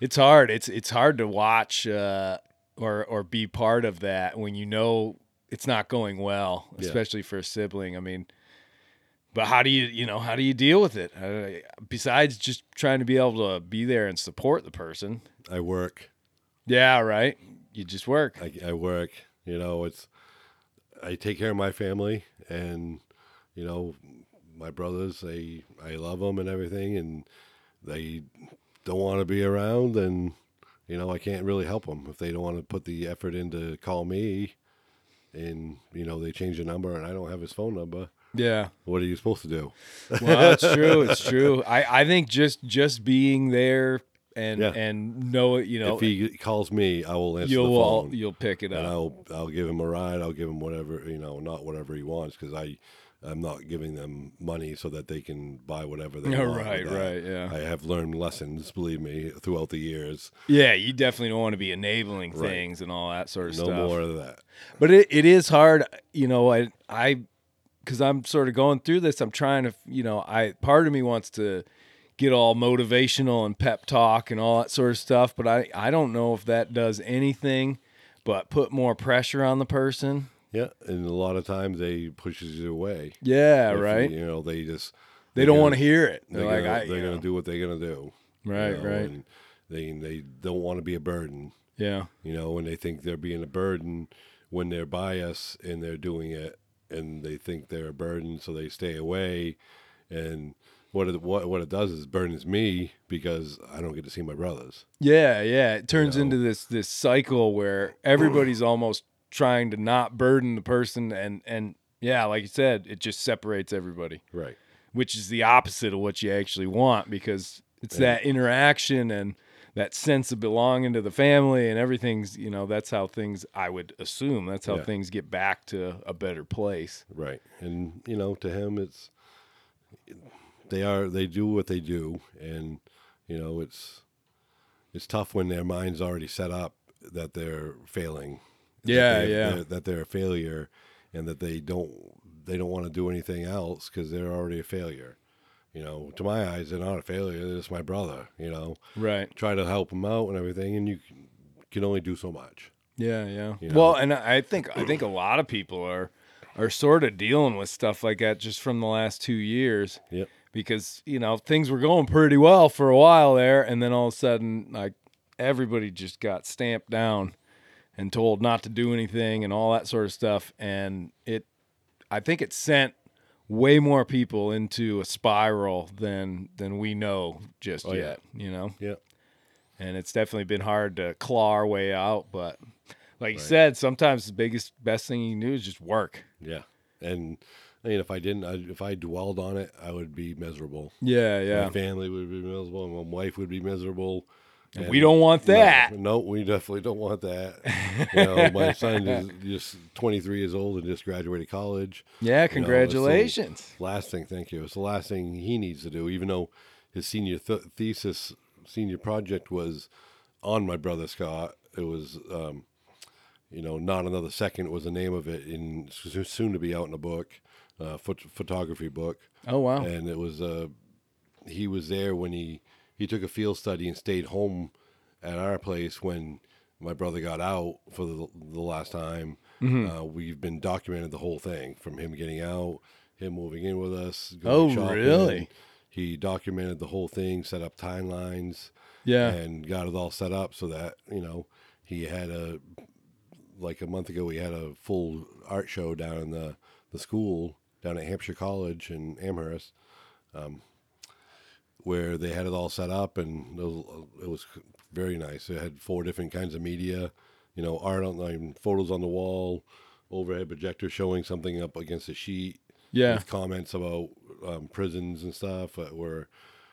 Speaker 3: It's hard. It's it's hard to watch uh, or or be part of that when you know it's not going well,
Speaker 4: Yeah.
Speaker 3: especially for a sibling. I mean, but how do you you know how do you deal with it? I, besides just trying to be able to be there and support the person.
Speaker 4: I work.
Speaker 3: Yeah, right. You just work.
Speaker 4: I, I work. You know, it's I take care of my family, and you know, my brothers. They I love them and everything, and they don't want to be around, and you know, I can't really help them if they don't want to put the effort in to call me. And you know, they change the number, and I don't have his phone number.
Speaker 3: yeah.
Speaker 4: What are you supposed to do?
Speaker 3: Well, it's true. It's true. I I think just just being there and
Speaker 4: Yeah.
Speaker 3: and know it. You know,
Speaker 4: if he calls me, I will answer the
Speaker 3: you'll
Speaker 4: phone.
Speaker 3: all, you'll pick it
Speaker 4: and
Speaker 3: up.
Speaker 4: I'll I'll give him a ride. I'll give him whatever you know, not whatever he wants, because I I'm not giving them money so that they can buy whatever they
Speaker 3: Yeah,
Speaker 4: want. with
Speaker 3: right,
Speaker 4: that.
Speaker 3: right, yeah.
Speaker 4: I have learned lessons, believe me, throughout the years.
Speaker 3: Yeah, you definitely don't want to be enabling
Speaker 4: Right.
Speaker 3: things and all that sort of
Speaker 4: No
Speaker 3: stuff.
Speaker 4: more of that.
Speaker 3: But it, it is hard, you know. I I because I'm sort of going through this. I'm trying to, you know, I part of me wants to get all motivational and pep talk and all that sort of stuff, but I I don't know if that does anything but put more pressure on the person.
Speaker 4: Yeah, and a lot of times they pushes you away.
Speaker 3: Yeah,
Speaker 4: If,
Speaker 3: right.
Speaker 4: You know, they just
Speaker 3: they don't
Speaker 4: gonna-
Speaker 3: want to hear it. They're,
Speaker 4: They're,
Speaker 3: like,
Speaker 4: gonna,
Speaker 3: I,
Speaker 4: they're
Speaker 3: you
Speaker 4: gonna
Speaker 3: know.
Speaker 4: do what they're gonna do. you
Speaker 3: Right,
Speaker 4: know,
Speaker 3: right.
Speaker 4: and they they don't want to be a burden.
Speaker 3: yeah,
Speaker 4: you know, and they think they're being a burden when they're biased and they're doing it, and they think they're a burden, so they stay away. And what it, what what it does is burdens me because I don't get to see my brothers.
Speaker 3: yeah, yeah. It turns into this this cycle where everybody's almost trying to not burden the person, and and yeah, like you said, it just separates everybody.
Speaker 4: Right.
Speaker 3: which is the opposite of what you actually want because it's that interaction and that sense of belonging to the family and everything's you know that's how things i would assume that's how
Speaker 4: Yeah.
Speaker 3: things get back to a better place
Speaker 4: Right. And you know, to him, it's they are they do what they do, and you know, it's it's tough when their mind's already set up that they're failing. that
Speaker 3: Yeah,
Speaker 4: they-
Speaker 3: yeah.
Speaker 4: they're- that they're a failure, and that they don't they don't want to do anything else because they're already a failure. You know, to my eyes, they're not a failure. They're just my brother. You know,
Speaker 3: right
Speaker 4: try to help him out and everything, and you can only do so much.
Speaker 3: Yeah, yeah.
Speaker 4: You know?
Speaker 3: Well, and I I think I think a lot of people are are sort of dealing with stuff like that just from the last two years.
Speaker 4: Yep.
Speaker 3: Because you know things were going pretty well for a while there, and then all of a sudden, like everybody just got stamped down and told not to do anything and all that sort of stuff, and it, I think it sent way more people into a spiral than than we know just
Speaker 4: Oh, yeah.
Speaker 3: yet. You know
Speaker 4: Yeah.
Speaker 3: and it's definitely been hard to claw our way out. But like you said, sometimes the biggest, best thing you can do is just work.
Speaker 4: Yeah, and I mean, if I didn't, I, if I dwelled on it, I would be miserable.
Speaker 3: Yeah,
Speaker 4: My family would be miserable. My wife would be miserable.
Speaker 3: we don't want that.
Speaker 4: No, no, we definitely don't want that. You know, my son is just 23 years old and just graduated college.
Speaker 3: Yeah,
Speaker 4: You know, it's the
Speaker 3: congratulations.
Speaker 4: last thing, thank you. It's the last thing he needs to do, even though his senior th- thesis, senior project was on my brother Scott. It was, um, you know, not another second was the name of it, and so- soon to be out in a book, uh, phot- photography book.
Speaker 3: oh wow.
Speaker 4: And it was, uh, he was there when he he took a field study and stayed home at our place when my brother got out for the, the last time.
Speaker 3: Mm-hmm.
Speaker 4: Uh, we've been documented the whole thing from him getting out, him moving in with us.
Speaker 3: Oh,
Speaker 4: going shopping.
Speaker 3: really?
Speaker 4: He documented the whole thing, set up timelines,
Speaker 3: Yeah.
Speaker 4: and got it all set up so that you know he had a like a month ago he had a full art show down in the the school down at Hampshire College in Amherst um, where they had it all set up and it was, it was very nice. It had four different kinds of media, you know, art online, photos on the wall, overhead projector showing something up against a sheet.
Speaker 3: Yeah.
Speaker 4: With comments about um, prisons and stuff that were,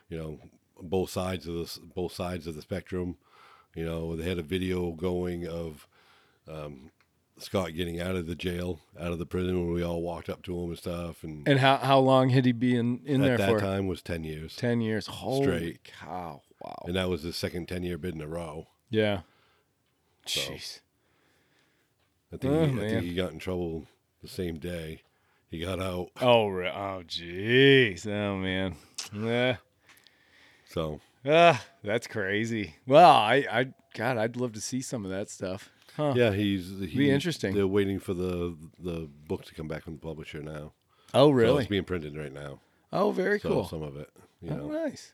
Speaker 4: you know, both sides of the both sides of the spectrum. You know, they had a video going of um, Scott getting out of the jail, out of the prison when we all walked up to him and stuff. And,
Speaker 3: And how how long had he been in
Speaker 4: at
Speaker 3: there
Speaker 4: that
Speaker 3: for?
Speaker 4: time was ten years.
Speaker 3: Ten years. Holy
Speaker 4: Straight.
Speaker 3: cow! Wow.
Speaker 4: and that was his second 10 year bid in a row.
Speaker 3: Yeah. Jeez.
Speaker 4: I think,
Speaker 3: Oh,
Speaker 4: he, I
Speaker 3: man.
Speaker 4: think he got in trouble the same day. He got out.
Speaker 3: Oh, re- oh, jeez. Oh, man. Yeah.
Speaker 4: So,
Speaker 3: Ah, that's crazy. Well, I, I, God, I'd love to see some of that stuff. Huh.
Speaker 4: yeah, he's he,
Speaker 3: Be interesting.
Speaker 4: They're waiting for the the book to come back from the publisher now.
Speaker 3: Oh,
Speaker 4: So
Speaker 3: really?
Speaker 4: it's being printed right now.
Speaker 3: oh, very
Speaker 4: So
Speaker 3: cool.
Speaker 4: some of it, you
Speaker 3: Oh,
Speaker 4: know.
Speaker 3: nice.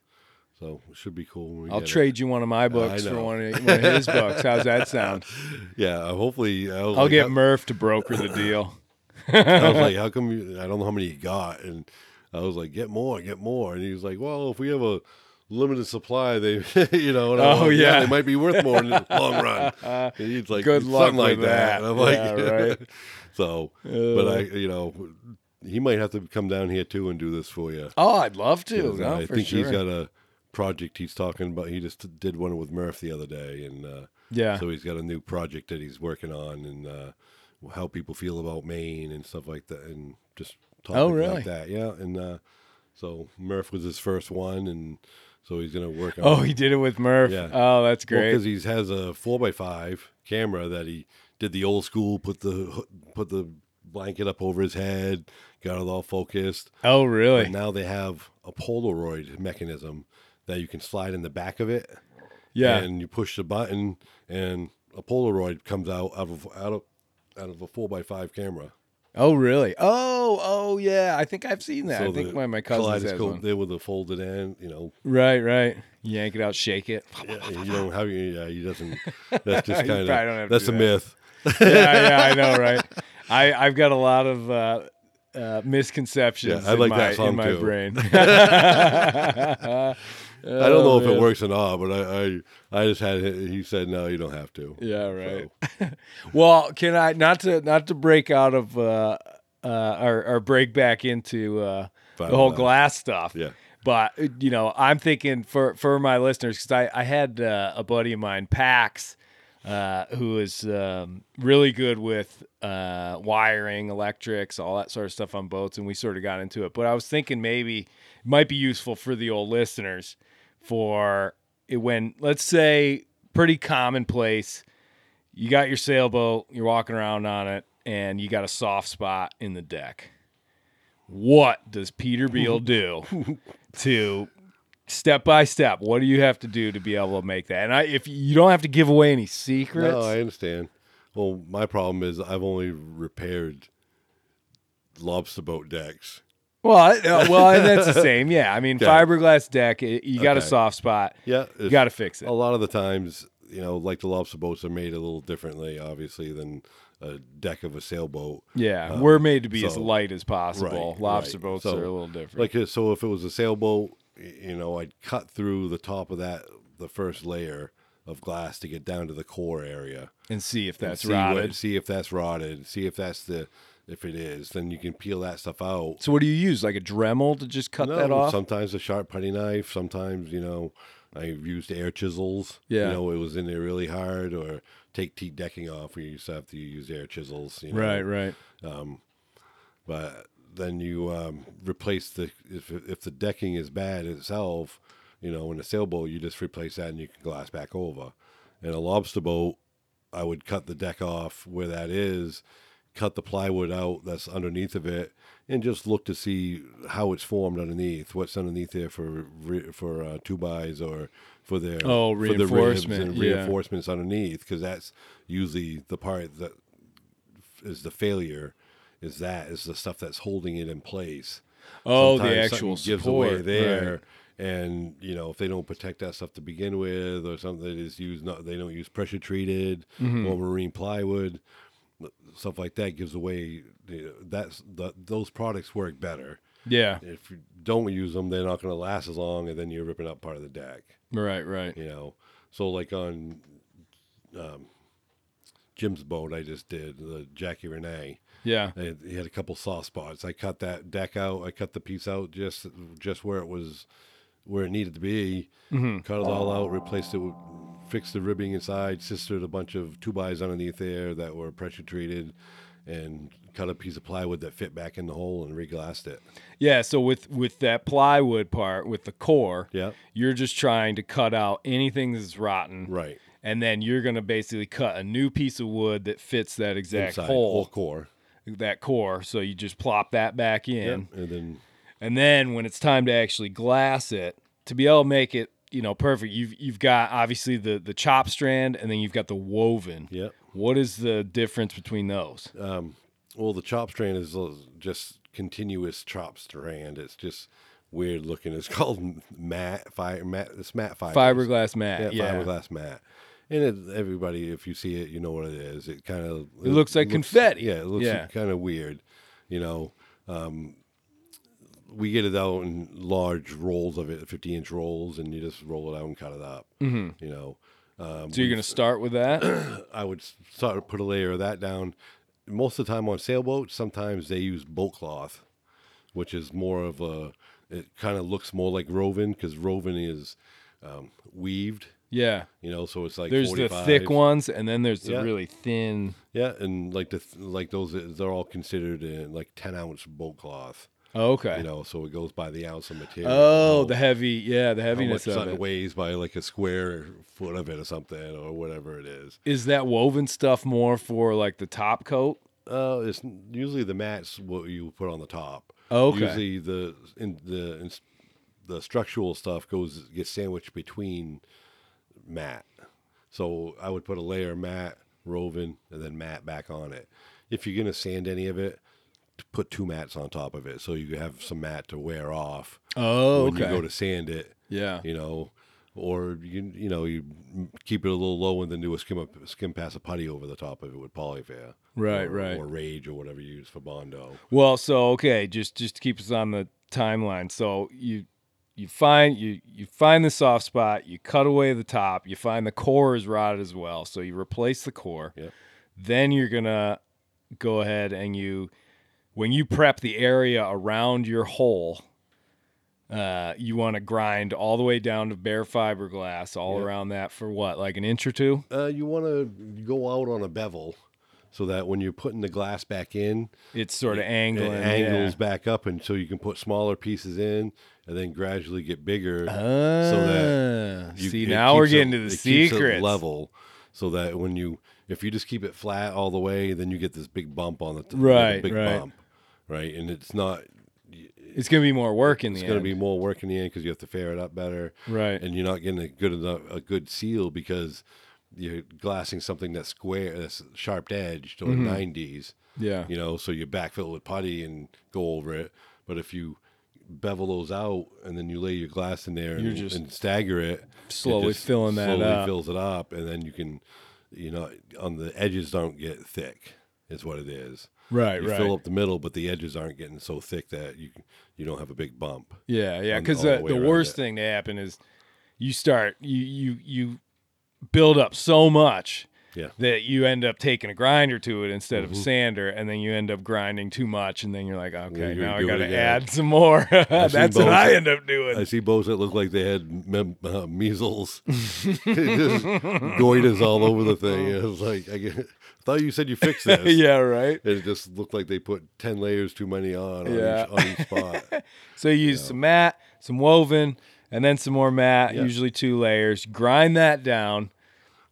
Speaker 4: So it should be cool. When we
Speaker 3: I'll
Speaker 4: get it.
Speaker 3: trade you one of my books for
Speaker 4: know.
Speaker 3: one of, one of his books. How's that sound?
Speaker 4: Yeah, uh, hopefully I was
Speaker 3: I'll
Speaker 4: like,
Speaker 3: get
Speaker 4: how-
Speaker 3: Murph to broker the deal.
Speaker 4: I was like, how come you? I don't know how many you got, and I was like, get more, get more, and he was like, well, if we have a limited supply, they, you know, and I'm
Speaker 3: Oh,
Speaker 4: like,
Speaker 3: yeah.
Speaker 4: they might be worth more in the long run. And he's like,
Speaker 3: Good
Speaker 4: something
Speaker 3: luck
Speaker 4: like
Speaker 3: with
Speaker 4: that.
Speaker 3: that.
Speaker 4: And I'm
Speaker 3: Yeah,
Speaker 4: like,
Speaker 3: right.
Speaker 4: so,
Speaker 3: Uh,
Speaker 4: but I, you know, he might have to come down here too and do this for you.
Speaker 3: Oh, I'd love to.
Speaker 4: 'Cause
Speaker 3: No,
Speaker 4: I
Speaker 3: for
Speaker 4: think
Speaker 3: sure.
Speaker 4: he's got a project he's talking about. He just did one with Murph the other day, and uh,
Speaker 3: yeah.
Speaker 4: so he's got a new project that he's working on and uh, how people feel about Maine and stuff like that, and just topics
Speaker 3: Oh, really?
Speaker 4: like that. Yeah, and uh, so Murph was his first one, and so he's gonna work on.
Speaker 3: oh, he did it with Murph.
Speaker 4: Yeah.
Speaker 3: Oh, that's great.
Speaker 4: because he has a four x five camera that he did the old school, put the hood- put the blanket up over his head, got it all focused.
Speaker 3: oh,
Speaker 4: But
Speaker 3: really?
Speaker 4: now they have a Polaroid mechanism that you can slide in the back of it
Speaker 3: Yeah.
Speaker 4: and you push the button and a Polaroid comes out of out of out of a four x five camera.
Speaker 3: oh, really? Oh, oh, yeah. I think I've seen that. I think
Speaker 4: the
Speaker 3: my my cousins has
Speaker 4: kaleidoscope
Speaker 3: one.
Speaker 4: there with the folded end, you know,
Speaker 3: Right, right. Yank it out, shake it.
Speaker 4: yeah, you know how you yeah, he doesn't that's just
Speaker 3: You
Speaker 4: kind of
Speaker 3: probably don't have to
Speaker 4: that's
Speaker 3: do
Speaker 4: a
Speaker 3: that.
Speaker 4: myth.
Speaker 3: yeah, yeah, I know, right? I I've got a lot of uh, uh, misconceptions.
Speaker 4: Yeah, I like
Speaker 3: in my,
Speaker 4: that song,
Speaker 3: in my
Speaker 4: too.
Speaker 3: brain.
Speaker 4: I don't know if
Speaker 3: Oh, man.
Speaker 4: it works or not, but I, I I just had he said no, you don't have to.
Speaker 3: Oh, yeah, right. well, can I not to not to break out of uh, uh, or, or break back into uh, the
Speaker 4: Fine,
Speaker 3: whole
Speaker 4: uh,
Speaker 3: glass stuff?
Speaker 4: Yeah.
Speaker 3: But uh, you know, I'm thinking for for my listeners because I I had uh, a buddy of mine, Pax, uh, who is um, really good with uh, wiring, electrics, all that sort of stuff on boats, and we sort of got into it. But I was thinking maybe it might be useful for the old listeners for it when let's say pretty commonplace you got your sailboat, you're walking around on it, and you got a soft spot in the deck. What does Peter Beal do to step by step? What do you have to do to be able to make that? And I, if you don't have to give away any secrets,
Speaker 4: No, I understand. Well, my problem is I've only repaired lobster boat decks.
Speaker 3: well, I- uh, well, and that's the same. Yeah, I mean, fiberglass deck, i- you got a
Speaker 4: Okay. Oh.
Speaker 3: soft spot,
Speaker 4: Yeah,
Speaker 3: you got to fix it.
Speaker 4: a lot of the times, you know, like the lobster boats are made a little differently, obviously, than a deck of a sailboat.
Speaker 3: yeah, we're made to be as
Speaker 4: Oh. so-
Speaker 3: light as possible.
Speaker 4: right,
Speaker 3: Lobster
Speaker 4: right.
Speaker 3: boats
Speaker 4: So,
Speaker 3: are a little different.
Speaker 4: Like, uh, so if it was a sailboat, y- you know, I'd cut through the top of that, the first layer of glass to get down to the core area.
Speaker 3: and see if that's
Speaker 4: see what-
Speaker 3: rotted.
Speaker 4: see if that's rotted. See if that's the if it is. Then you can peel that stuff out.
Speaker 3: so what do you use? Like a Dremel to just cut that
Speaker 4: No,
Speaker 3: off?
Speaker 4: Sometimes a sharp putty knife. Sometimes you know I've used air chisels.
Speaker 3: Yeah.
Speaker 4: you know it was in there really hard. Or take teak decking off. We used to have to use air chisels. You know? Um,
Speaker 3: right, right.
Speaker 4: but then you um, replace the if if the decking is bad itself, you know, in a sailboat you just replace that and you can glass back over. In a lobster boat, I would cut the deck off where that is, cut the plywood out that's underneath of it, and just look to see how it's formed underneath, what's underneath there for re- for uh, two bys or for their
Speaker 3: Oh,
Speaker 4: for the ribs
Speaker 3: reinforcement,
Speaker 4: and
Speaker 3: yeah.
Speaker 4: reinforcements underneath because that's usually the part that is the failure is that is the stuff that's holding it in place.
Speaker 3: Oh, the
Speaker 4: Sometimes
Speaker 3: actual
Speaker 4: something gives
Speaker 3: support.
Speaker 4: away there,
Speaker 3: right.
Speaker 4: and you know if they don't protect that stuff to begin with, or something that is used not they don't use pressure treated
Speaker 3: Mm-hmm.
Speaker 4: or marine plywood, stuff like that gives away. You know, that's the, those products work better.
Speaker 3: Yeah,
Speaker 4: If you don't use them, they're not going to last as long, and then you're ripping up part of the deck
Speaker 3: right, right.
Speaker 4: you know so like on um, jim's boat i just did the jackie renee
Speaker 3: Yeah.
Speaker 4: I had- he had a couple soft spots i cut that deck out i cut the piece out just just where it was where it needed to be
Speaker 3: Mm-hmm.
Speaker 4: cut it all out replaced it with fixed the ribbing inside sistered a bunch of two bys underneath there that were pressure treated and cut a piece of plywood that fit back in the hole and reglassed it
Speaker 3: Yeah, so with with that plywood part with the core,
Speaker 4: Yeah.
Speaker 3: you're just trying to cut out anything that's rotten.
Speaker 4: right
Speaker 3: And then you're going to basically cut a new piece of wood that fits that exact
Speaker 4: inside whole
Speaker 3: hole,
Speaker 4: core
Speaker 3: that core, so you just plop that back in.
Speaker 4: and then
Speaker 3: And then when it's time to actually glass it, to be able to make it, you know, perfect, you've you've got obviously the the chop strand and then you've got the woven.
Speaker 4: Yep. Uh,
Speaker 3: What is the difference between those?
Speaker 4: Well, the chop strand is uh, just continuous chop strand. It's just weird looking. It's called mat fire mat. It's mat fiber.
Speaker 3: fiberglass mat.
Speaker 4: Yeah,
Speaker 3: Yeah.
Speaker 4: fiberglass mat. And it, everybody, if you see it, you know what it is. It kind of it,
Speaker 3: looks like confetti.
Speaker 4: Yeah, it looks
Speaker 3: Yeah.
Speaker 4: kind of weird. You know, um, we get it out in large rolls of it, fifty inch rolls, and you just roll it out and cut it up. Mm-hmm. You know,
Speaker 3: So you're going to start with that?
Speaker 4: I would sort of put a layer of that down. Most of the time on sailboats, sometimes they use boat cloth, which is more of a. It kind of looks more like roving because roving is um, weaved,
Speaker 3: yeah.
Speaker 4: you know. So it's like
Speaker 3: There's
Speaker 4: 45.
Speaker 3: the thick ones, and then there's the
Speaker 4: Yeah.
Speaker 3: really thin.
Speaker 4: yeah, and like the th- like those uh, they're all considered in like ten ounce boat cloth,
Speaker 3: Oh, okay.
Speaker 4: you know. So it goes by the ounce of material.
Speaker 3: oh,
Speaker 4: how-
Speaker 3: the heavy. Yeah, the
Speaker 4: how much
Speaker 3: heaviness of
Speaker 4: something
Speaker 3: it.
Speaker 4: weighs by like a square foot of it or something or whatever it is.
Speaker 3: Is that woven stuff more for like the top coat?
Speaker 4: Uh, it's n- usually the mat's what you put on the top.
Speaker 3: Okay.
Speaker 4: Usually the in the in, the structural stuff goes gets sandwiched between mat. So I would put a layer of mat, roving, and then mat back on it. If you're gonna sand any of it, t- put two mats on top of it so you have some mat to wear off
Speaker 3: Oh,
Speaker 4: when you go to sand it
Speaker 3: yeah.
Speaker 4: you know, or you you know you keep it a little low and then do a skim up, skim pass a putty over the top of it with polyfair,
Speaker 3: Right,
Speaker 4: or,
Speaker 3: right.
Speaker 4: or rage or whatever you use for bondo.
Speaker 3: Well, so okay, just just to keep us on the timeline. So you you find you you find the soft spot, you cut away the top, you find the core is rotted as well, so you replace the core.
Speaker 4: Yep.
Speaker 3: Then you're gonna go ahead and you when you prep the area around your hole, uh, you want to grind all the way down to bare fiberglass all
Speaker 4: Yep.
Speaker 3: around that for what, like an inch or two?
Speaker 4: Uh, you want to go out on a bevel so that when you're putting the glass back in,
Speaker 3: It's sort of
Speaker 4: it
Speaker 3: angling,
Speaker 4: angles
Speaker 3: yeah.
Speaker 4: back up, and so you can put smaller pieces in and then gradually get bigger. so that
Speaker 3: Ah,
Speaker 4: you-
Speaker 3: see,
Speaker 4: it
Speaker 3: now we're
Speaker 4: keeps it-
Speaker 3: getting to the
Speaker 4: it keeps it
Speaker 3: secrets.
Speaker 4: level, so that when you if you just keep it flat all the way, then you get this big bump on the top,
Speaker 3: Right,
Speaker 4: big
Speaker 3: right.
Speaker 4: bump, right, and it's not
Speaker 3: It's gonna be more work in the
Speaker 4: it's
Speaker 3: end.
Speaker 4: going to be more work in the end because you have to fare it up better,
Speaker 3: Right.
Speaker 4: And you're not getting a good enough a good seal because you're glassing something that's square, that's sharp edged or
Speaker 3: Mm-hmm.
Speaker 4: 90s,
Speaker 3: yeah.
Speaker 4: you know. So you backfill with putty and go over it. But if you bevel those out and then you lay your glass in there
Speaker 3: You're
Speaker 4: and,
Speaker 3: just
Speaker 4: and stagger it, it
Speaker 3: slowly
Speaker 4: just
Speaker 3: filling that
Speaker 4: slowly
Speaker 3: up.
Speaker 4: fills it up, and then you can, you know, on the edges don't get thick. Is what it is.
Speaker 3: Right,
Speaker 4: You
Speaker 3: right.
Speaker 4: fill up the middle, but the edges aren't getting so thick that you you don't have a big bump.
Speaker 3: yeah, yeah.
Speaker 4: on-
Speaker 3: Because
Speaker 4: all the
Speaker 3: the,
Speaker 4: way
Speaker 3: the
Speaker 4: around
Speaker 3: worst
Speaker 4: it.
Speaker 3: thing to happen is you start you you you build up so much
Speaker 4: Yeah. Mm-hmm.
Speaker 3: that you end up taking a grinder to it instead of a sander, and then you end up grinding too much, and then you're like, okay,
Speaker 4: you
Speaker 3: now I
Speaker 4: do it
Speaker 3: gotta
Speaker 4: again.
Speaker 3: add some more. That's
Speaker 4: both.
Speaker 3: what I end up
Speaker 4: I
Speaker 3: doing.
Speaker 4: see bows that look like they had mem- uh, measles, just goiters all over the thing. I was like, I get- thought you said you fixed this.
Speaker 3: yeah, right.
Speaker 4: It just looked like they put ten layers too many on on,
Speaker 3: Yeah.
Speaker 4: each, on each spot.
Speaker 3: So you use some mat, some woven, and then some more mat, usually two layers. Grind that down,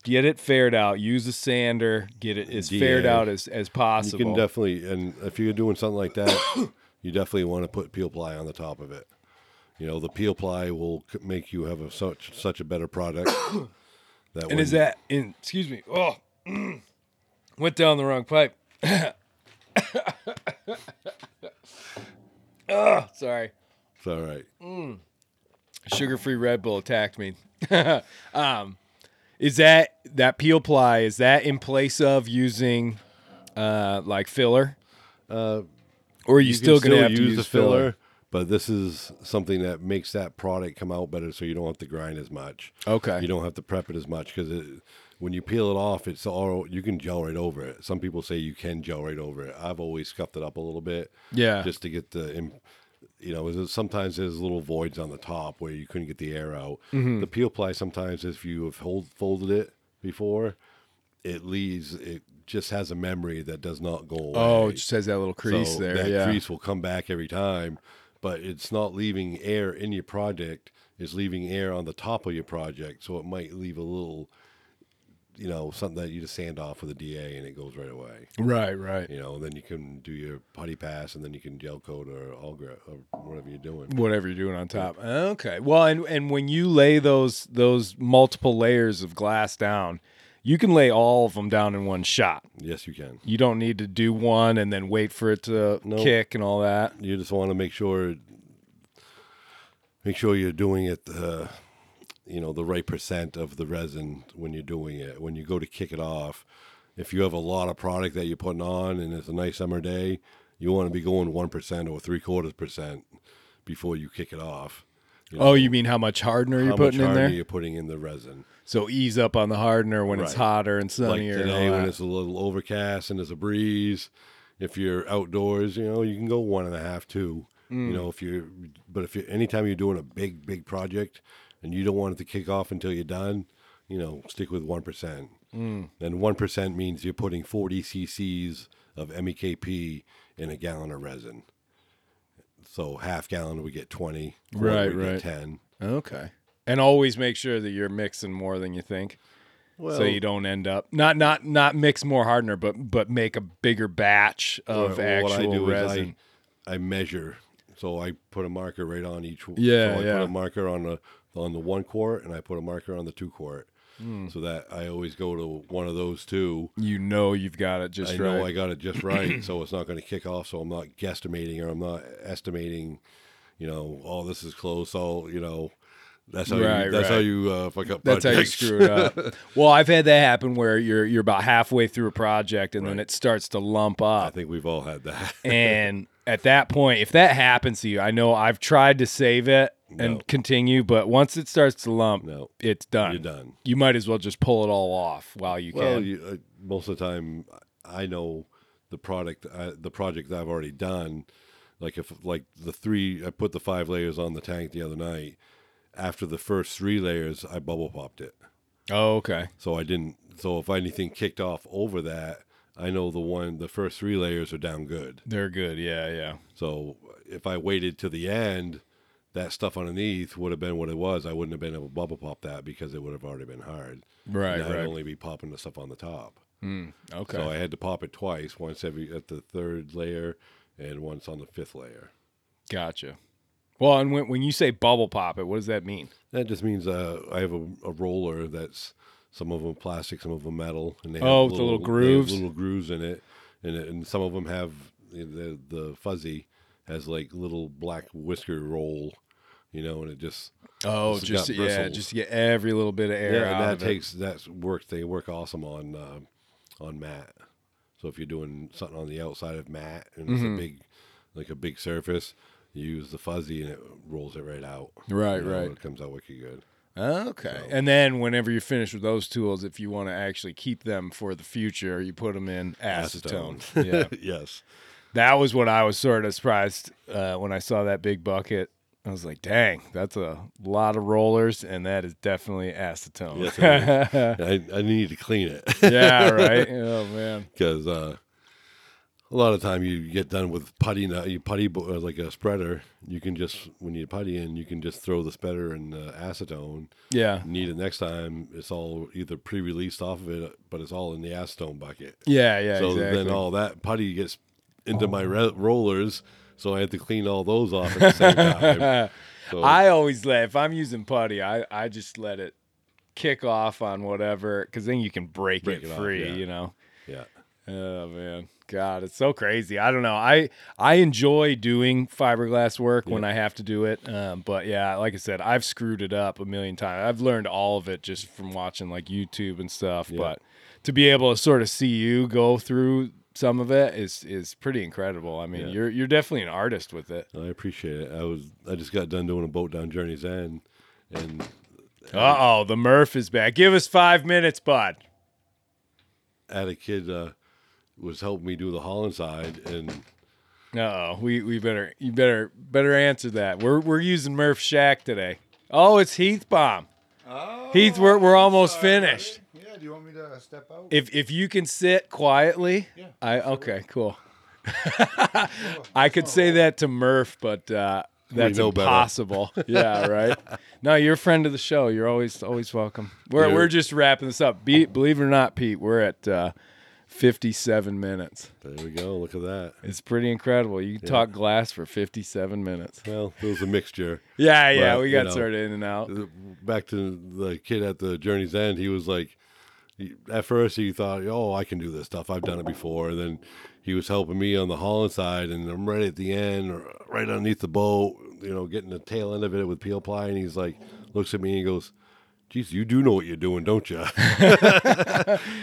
Speaker 3: get it fared out. Use a sander, get it as fared
Speaker 4: Yeah.
Speaker 3: out as, as
Speaker 4: you
Speaker 3: possible.
Speaker 4: can definitely, and if you're doing something like that, you definitely want to put peel ply on the top of it. You know, the peel ply will c- make you have a such such a better product. That
Speaker 3: and is
Speaker 4: when-
Speaker 3: that in, excuse me, oh, went down the wrong pipe. oh, sorry.
Speaker 4: it's all right?
Speaker 3: sugar-free Red Bull attacked me. um, is that that peel ply? Is that in place of using uh, like filler? Uh, or are you,
Speaker 4: can
Speaker 3: still gonna have to use
Speaker 4: the
Speaker 3: filler?
Speaker 4: but this is something that makes that product come out better, so you don't have to grind as much.
Speaker 3: Okay.
Speaker 4: you don't have to prep it as much because when you peel it off, it's all you can gel right over it. Some people say you can gel right over it. I've always scuffed it up a little bit,
Speaker 3: Yeah.
Speaker 4: just to get the. im- You know, there's- sometimes there's little voids on the top where you couldn't get the air out.
Speaker 3: Mm-hmm.
Speaker 4: The peel ply sometimes, if you have hold, folded it before, it leaves. It just has a memory that does not go away.
Speaker 3: Oh, it just has that little crease
Speaker 4: So
Speaker 3: there.
Speaker 4: That
Speaker 3: yeah.
Speaker 4: crease will come back every time, but it's not leaving air in your project. It's leaving air on the top of your project, so it might leave a little, you know, something that you just sand off with a DA and it goes right away.
Speaker 3: Right, right.
Speaker 4: You know, and then you can do your putty pass, and then you can gel coat or all gra- or whatever you're doing.
Speaker 3: Whatever you're doing on top. Okay. Well, and and when you lay those those multiple layers of glass down, you can lay all of them down in one shot.
Speaker 4: Yes, you can.
Speaker 3: You don't need to do one and then wait for it to
Speaker 4: Nope.
Speaker 3: kick and all that.
Speaker 4: You just want to make sure, make sure you're doing it, uh, you know, the right percent of the resin when you're doing it. When you go to kick it off, if you have a lot of product that you're putting on and it's a nice summer day, you want to be going one percent or three quarters percent before you kick it off. You
Speaker 3: Oh, you mean how much hardener you're
Speaker 4: how
Speaker 3: putting in
Speaker 4: much hardener
Speaker 3: there?
Speaker 4: you're putting in the resin?
Speaker 3: So ease up on the hardener when it's
Speaker 4: Right.
Speaker 3: hotter and
Speaker 4: Like
Speaker 3: sunnier. and all
Speaker 4: today, when
Speaker 3: that.
Speaker 4: it's a little overcast and there's a breeze, if you're outdoors, you know you can go one and a half, two.
Speaker 3: Mm.
Speaker 4: You know if you're, but if you're anytime you're doing a big, big project and you don't want it to kick off until you're done, you know stick with one percent.
Speaker 3: Mm.
Speaker 4: And one percent means you're putting 40 cc's of MEKP in a gallon of resin. So half gallon we get 20, quarter
Speaker 3: Right,
Speaker 4: we get
Speaker 3: right.
Speaker 4: 10.
Speaker 3: okay. And always make sure that you're mixing more than you think,
Speaker 4: Well,
Speaker 3: so you don't end up not not not mix more hardener, but but make a bigger batch of
Speaker 4: Well,
Speaker 3: actual resin.
Speaker 4: I, I measure, so I put a marker right on each.
Speaker 3: Yeah,
Speaker 4: so I
Speaker 3: yeah.
Speaker 4: put a marker on the on the one quart, and I put a marker on the two quart,
Speaker 3: Hmm.
Speaker 4: so that I always go to one of those two.
Speaker 3: you know you've got it just
Speaker 4: I
Speaker 3: right.
Speaker 4: know I got it just right, so it's not going to kick off. So I'm not guesstimating, or I'm not estimating. You know, oh, this is close. So you know, that's how
Speaker 3: Right,
Speaker 4: you, that's how
Speaker 3: right.
Speaker 4: you uh, fuck up.
Speaker 3: That's how you
Speaker 4: projects.
Speaker 3: screw it up. well, I've had that happen where you're you're about halfway through a project and then it starts to lump
Speaker 4: I
Speaker 3: up.
Speaker 4: think we've all had that.
Speaker 3: and at that point, if that happens to you, I know I've tried to save it
Speaker 4: No.
Speaker 3: and continue, but once it starts to lump,
Speaker 4: No.
Speaker 3: it's done.
Speaker 4: You're done.
Speaker 3: You might as well just pull it all off while you
Speaker 4: Well,
Speaker 3: can.
Speaker 4: you, uh, most of the time, I know the product, uh, the project that I've already done. Like if like the three, I put the five layers on the tank the other night. After the first three layers, I bubble popped it,
Speaker 3: oh, okay.
Speaker 4: so I didn't. So if anything kicked off over that, I know the one, the first three layers are down good.
Speaker 3: They're good. Yeah, yeah.
Speaker 4: So if I waited to the end, that stuff underneath would have been what it was. I wouldn't have been able to bubble pop that because it would have already been hard.
Speaker 3: Right,
Speaker 4: And I'd
Speaker 3: right.
Speaker 4: only be popping the stuff on the top.
Speaker 3: Okay.
Speaker 4: So I had to pop it twice, once every at the third layer and once on the fifth layer.
Speaker 3: gotcha. Well, and when, when you say bubble pop it, what does that mean?
Speaker 4: That just means uh, I have a, a roller that's some of them plastic, some of them metal, and they have
Speaker 3: Oh, with the little
Speaker 4: they have
Speaker 3: grooves?
Speaker 4: little grooves in it, and it, and some of them have the the fuzzy has like little black whisker roll, you know, and it just
Speaker 3: Oh,
Speaker 4: It's
Speaker 3: just
Speaker 4: got
Speaker 3: yeah,
Speaker 4: bristles.
Speaker 3: just to get every little bit of air
Speaker 4: yeah,
Speaker 3: out
Speaker 4: and that
Speaker 3: of it.
Speaker 4: takes that's work. They work awesome on uh, on mat. So if you're doing something on the outside of mat and it's
Speaker 3: Mm-hmm.
Speaker 4: a big, like a big surface, you use the fuzzy and it rolls it right out.
Speaker 3: Right,
Speaker 4: You know,
Speaker 3: right.
Speaker 4: It comes out wicked good.
Speaker 5: Okay.
Speaker 3: And then whenever you're finished with those tools, if you want to actually keep them for the future, you put them in acetone. yeah.
Speaker 4: yes.
Speaker 3: That was what I was sort of surprised uh, when I saw that big bucket. I was like, dang, that's a lot of rollers, and that is definitely acetone.
Speaker 4: Yes, I, I need to clean it
Speaker 3: yeah, right. Oh man.
Speaker 4: because uh, a lot of time you get done with putty. Now you putty bo- uh, like a spreader. You can just when you putty in, you can just throw the spreader in uh, acetone.
Speaker 3: Yeah.
Speaker 4: Need it next time. It's all either pre-released off of it, but it's all in the acetone bucket.
Speaker 3: Yeah, yeah,
Speaker 4: so
Speaker 3: exactly. Oh.
Speaker 4: then all that putty gets into my re- rollers, so I have to clean all those off at the same time. So,
Speaker 3: I always let if I'm using putty, I, I just let it kick off on whatever because then you can break,
Speaker 4: Break
Speaker 3: it,
Speaker 4: it off,
Speaker 3: free,
Speaker 4: yeah.
Speaker 3: you know.
Speaker 4: yeah,
Speaker 3: Oh man, God, it's so crazy. I don't know. I I enjoy doing fiberglass work when I have to do it, um, but yeah, like I said, I've screwed it up a million times. I've learned all of it just from watching like YouTube and stuff. But to be able to sort of see you go through some of it is is pretty incredible. I mean,
Speaker 4: Yeah.
Speaker 3: you're you're definitely an artist with it.
Speaker 4: I appreciate it. I was I just got done doing a boat down Journey's End, and
Speaker 3: Uh oh, the Murph is back. Give us five minutes, bud.
Speaker 4: had a kid uh, was helping me do the Holland side, and
Speaker 3: Uh oh, we, we better you better better answer that. We're we're using Murph Shack today. Oh, it's Heath Bomb.
Speaker 5: Oh,
Speaker 3: Heath, we're we're almost finished.
Speaker 5: Yeah. Do you want me to step out?
Speaker 3: If if you can sit quietly,
Speaker 5: Yeah,
Speaker 3: I okay, cool. I could say that to Murph, but uh, that's
Speaker 4: know better.
Speaker 3: impossible. yeah, right. No, you're a friend of the show. You're always always welcome. We're
Speaker 4: You're-
Speaker 3: we're just wrapping this up. Be, believe it or not, Pete, we're at uh, 57 minutes.
Speaker 4: there we go. Look at that.
Speaker 3: It's pretty incredible. You talk glass for 57 minutes.
Speaker 4: Well, it was a mixture.
Speaker 3: Yeah, yeah,
Speaker 4: But,
Speaker 3: we
Speaker 4: you
Speaker 3: got
Speaker 4: know,
Speaker 3: sort of in and out.
Speaker 4: Back to the kid at the Journey's End, he was like, he- at first he thought, oh, I can do this stuff. I've done it before. And then he was helping me on the Holland side, and I'm right at the end, or right underneath the boat, you know, getting the tail end of it with peel ply. And he's like, looks at me and goes, Geez, you do know what you're doing, don't you?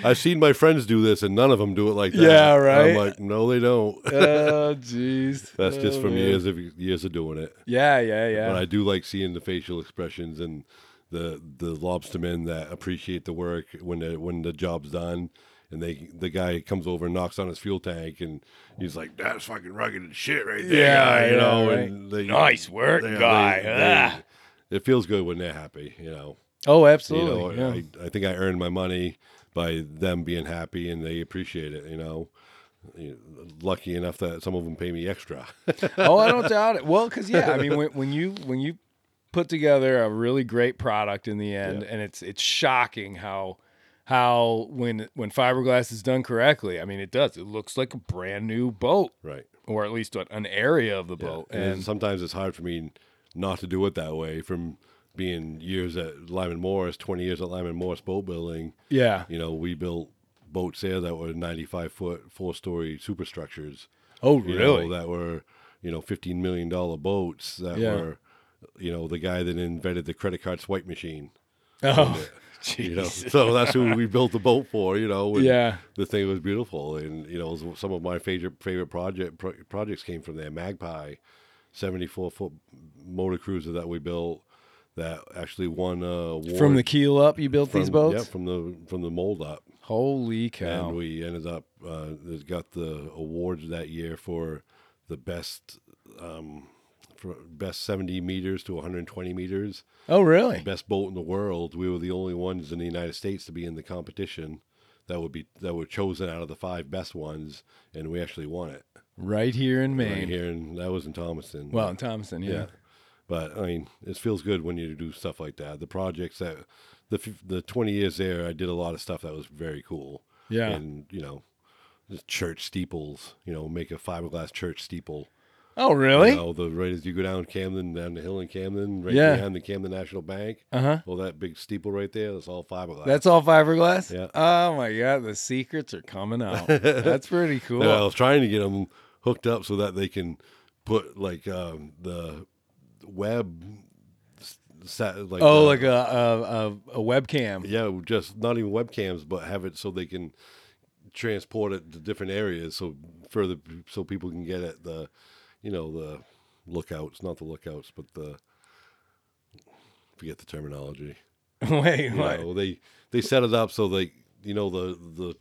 Speaker 4: I've seen my friends do this, and none of them do it like that.
Speaker 3: Yeah,
Speaker 4: And
Speaker 3: right.
Speaker 4: I'm like, no, they don't.
Speaker 3: oh, jeez.
Speaker 4: That's just
Speaker 3: Oh,
Speaker 4: from
Speaker 3: man.
Speaker 4: years of years of doing it.
Speaker 3: Yeah, yeah, yeah.
Speaker 4: But I do like seeing the facial expressions and the the lobstermen that appreciate the work when the when the job's done. And they the guy comes over and knocks on his fuel tank, and he's like, "That's fucking rugged as shit right there,
Speaker 3: Yeah,
Speaker 4: guy," you
Speaker 3: yeah,
Speaker 4: know."
Speaker 3: right.
Speaker 4: And they,
Speaker 3: Nice work,
Speaker 4: they-
Speaker 3: guy.
Speaker 4: they-
Speaker 3: Ah.
Speaker 4: it feels good when they're happy, you know.
Speaker 3: oh,
Speaker 4: You
Speaker 3: absolutely.
Speaker 4: know,
Speaker 3: yeah.
Speaker 4: I, I think I earned my money by them being happy, and they appreciate it. You know, You- lucky enough that some of them pay me extra.
Speaker 3: oh, I don't doubt it. Well, because yeah, I mean, when, when you when you put together a really great product in the end, and it's it's shocking how how when when fiberglass is done correctly, I mean, it does. It looks like a brand new boat,
Speaker 4: right.
Speaker 3: or at least an- an area of the boat.
Speaker 4: and,
Speaker 3: And
Speaker 4: sometimes it's hard for me not to do it that way from being years at Lyman Morris, 20 years at Lyman Morris boat building.
Speaker 3: yeah.
Speaker 4: You know, we built boats there that were 95 foot, four story superstructures.
Speaker 3: Oh,
Speaker 4: you
Speaker 3: really?
Speaker 4: Know, that were, you know, $15 million boats that
Speaker 3: Yeah.
Speaker 4: were, you know, the guy that invented the credit card swipe machine.
Speaker 3: oh,
Speaker 4: You know,
Speaker 3: jeez.
Speaker 4: so that's who we built the boat for. You know, and
Speaker 3: Yeah.
Speaker 4: the thing was beautiful, and you know, it was some of my favorite favorite project pro- projects came from there. Magpie, seventy four foot motor cruiser that we built that actually won a award
Speaker 3: From the keel up, you built
Speaker 4: from-
Speaker 3: these boats.
Speaker 4: Yeah, from the from the mold up,
Speaker 3: Holy cow!
Speaker 4: and we ended up uh, it got the award that year for the best. Um, for best 70 meters to 120 meters
Speaker 3: oh, really?
Speaker 4: best boat in the world. We were the only ones in the United States to be in the competition that would be that were chosen out of the five best ones, and we actually won it
Speaker 3: Right here in Maine.
Speaker 4: right here. And that was in Thomaston.
Speaker 3: Well, in Thompson, yeah.
Speaker 4: yeah. But I mean, it feels good when you do stuff like that. The projects that the f- the twenty years there, I did a lot of stuff that was very cool.
Speaker 3: Yeah.
Speaker 4: and you know, just church steeples. You know, make a fiberglass church steeple.
Speaker 3: Oh, really?
Speaker 4: You know, the right as you go down Camden, down the hill in Camden, right
Speaker 3: Yeah.
Speaker 4: behind the Camden National Bank.
Speaker 3: Uh-huh.
Speaker 4: Well, that big steeple right there, that's all fiberglass.
Speaker 3: That's all fiberglass?
Speaker 4: Yeah.
Speaker 3: Oh my god, the secrets are coming out. That's pretty cool.
Speaker 4: And I was trying to get them hooked up so that they can put like um, the web, s- sat, like
Speaker 3: oh,
Speaker 4: the-
Speaker 3: like a a, a, a webcam.
Speaker 4: yeah, just not even webcams, but have it so they can transport it to different areas so further so people can get at the, you know, the lookouts, not the lookouts, but the forget the terminology.
Speaker 3: Wait,
Speaker 4: You
Speaker 3: what?
Speaker 4: know, they they set it up so they you know the the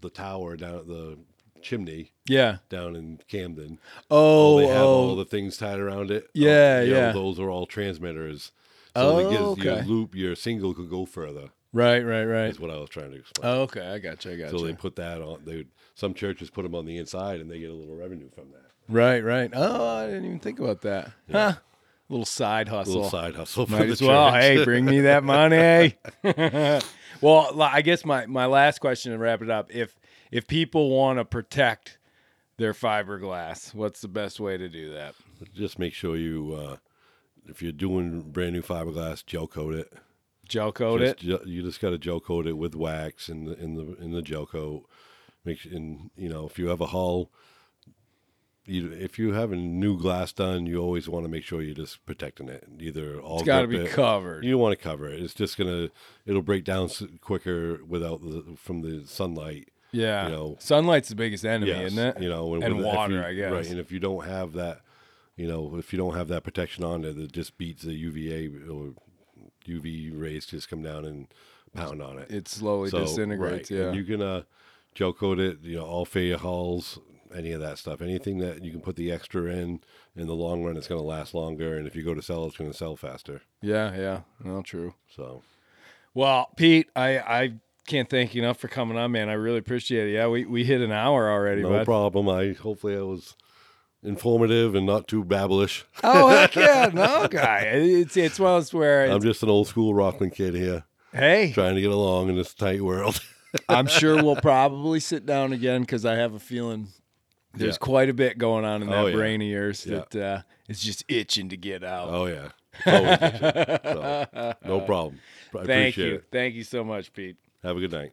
Speaker 4: the tower down at the chimney
Speaker 3: Yeah.
Speaker 4: down in Camden.
Speaker 3: Oh,
Speaker 4: they have all
Speaker 3: oh.
Speaker 4: the things tied around it.
Speaker 3: Yeah,
Speaker 4: you know,
Speaker 3: yeah.
Speaker 4: those are all transmitters. So
Speaker 3: Oh,
Speaker 4: it gives your
Speaker 3: okay. Eh,
Speaker 4: loop, your single could go further.
Speaker 3: right, right, right.
Speaker 4: Is what I was trying to explain.
Speaker 3: Oh, okay, I got you. I got
Speaker 4: so they
Speaker 3: you.
Speaker 4: put that on. They some churches put them on the inside, and they get a little revenue from that.
Speaker 3: Right, right. Oh, I didn't even think about that. Huh. Little side hustle.
Speaker 4: little side hustle for
Speaker 3: Might
Speaker 4: the
Speaker 3: as well.
Speaker 4: church.
Speaker 3: Hey, bring me that money. well, li- I guess my, my last question to wrap it up. If if people want to protect their fiberglass, what's the best way to do that?
Speaker 4: Just make sure you, uh, if you're doing brand new fiberglass, gel coat it.
Speaker 3: Gel coat
Speaker 4: Just
Speaker 3: it.
Speaker 4: gel- you just got to gel coat it with wax and the in the in the gel coat. Make sure, and you know if you have a hull, you, if you have a new glass done, you always want to make sure you're just protecting it. Either all
Speaker 3: It's got to be
Speaker 4: grip it-
Speaker 3: covered.
Speaker 4: You don't want to cover it. It's just gonna it'll break down s- quicker without the from the sunlight.
Speaker 3: yeah.
Speaker 4: you know.
Speaker 3: Sunlight's the biggest enemy,
Speaker 4: Yes,
Speaker 3: isn't it?
Speaker 4: You know,
Speaker 3: and
Speaker 4: with- if
Speaker 3: water,
Speaker 4: you-
Speaker 3: I guess.
Speaker 4: Right, and if you don't have that, you know, if you don't have that protection on it, it just beats the UVA or UV rays just come down and pound on it.
Speaker 3: it slowly disintegrates.
Speaker 4: right,
Speaker 3: Yeah.
Speaker 4: and you can uh, gel coat it. You know, all failure hulls, any of that stuff, anything that you can put the extra in. In the long run, it's going to last longer, and if you go to sell, it's going to sell faster.
Speaker 3: yeah. Yeah. No, true.
Speaker 4: So
Speaker 3: Well, Pete, I I can't thank you enough for coming on, man. I really appreciate it. Yeah, we, we hit an hour already,
Speaker 4: no
Speaker 3: bud.
Speaker 4: problem. I hopefully I was informative and not too babblish.
Speaker 3: Oh heck yeah, no guy. It's it's one of those where
Speaker 4: I'm
Speaker 3: it's-
Speaker 4: just an old school Rockland kid here.
Speaker 3: hey,
Speaker 4: trying to get along in this tight world.
Speaker 3: I'm sure we'll probably sit down again because I have a feeling there's
Speaker 4: Yeah.
Speaker 3: quite a bit going on in that
Speaker 4: Oh, yeah.
Speaker 3: brain of yours
Speaker 4: Yeah.
Speaker 3: that uh, it's just itching to get out.
Speaker 4: oh yeah, It's always good shit. So, no problem. I
Speaker 3: Thank
Speaker 4: appreciate
Speaker 3: you,
Speaker 4: it.
Speaker 3: thank you so much, Pete.
Speaker 4: Have a good night.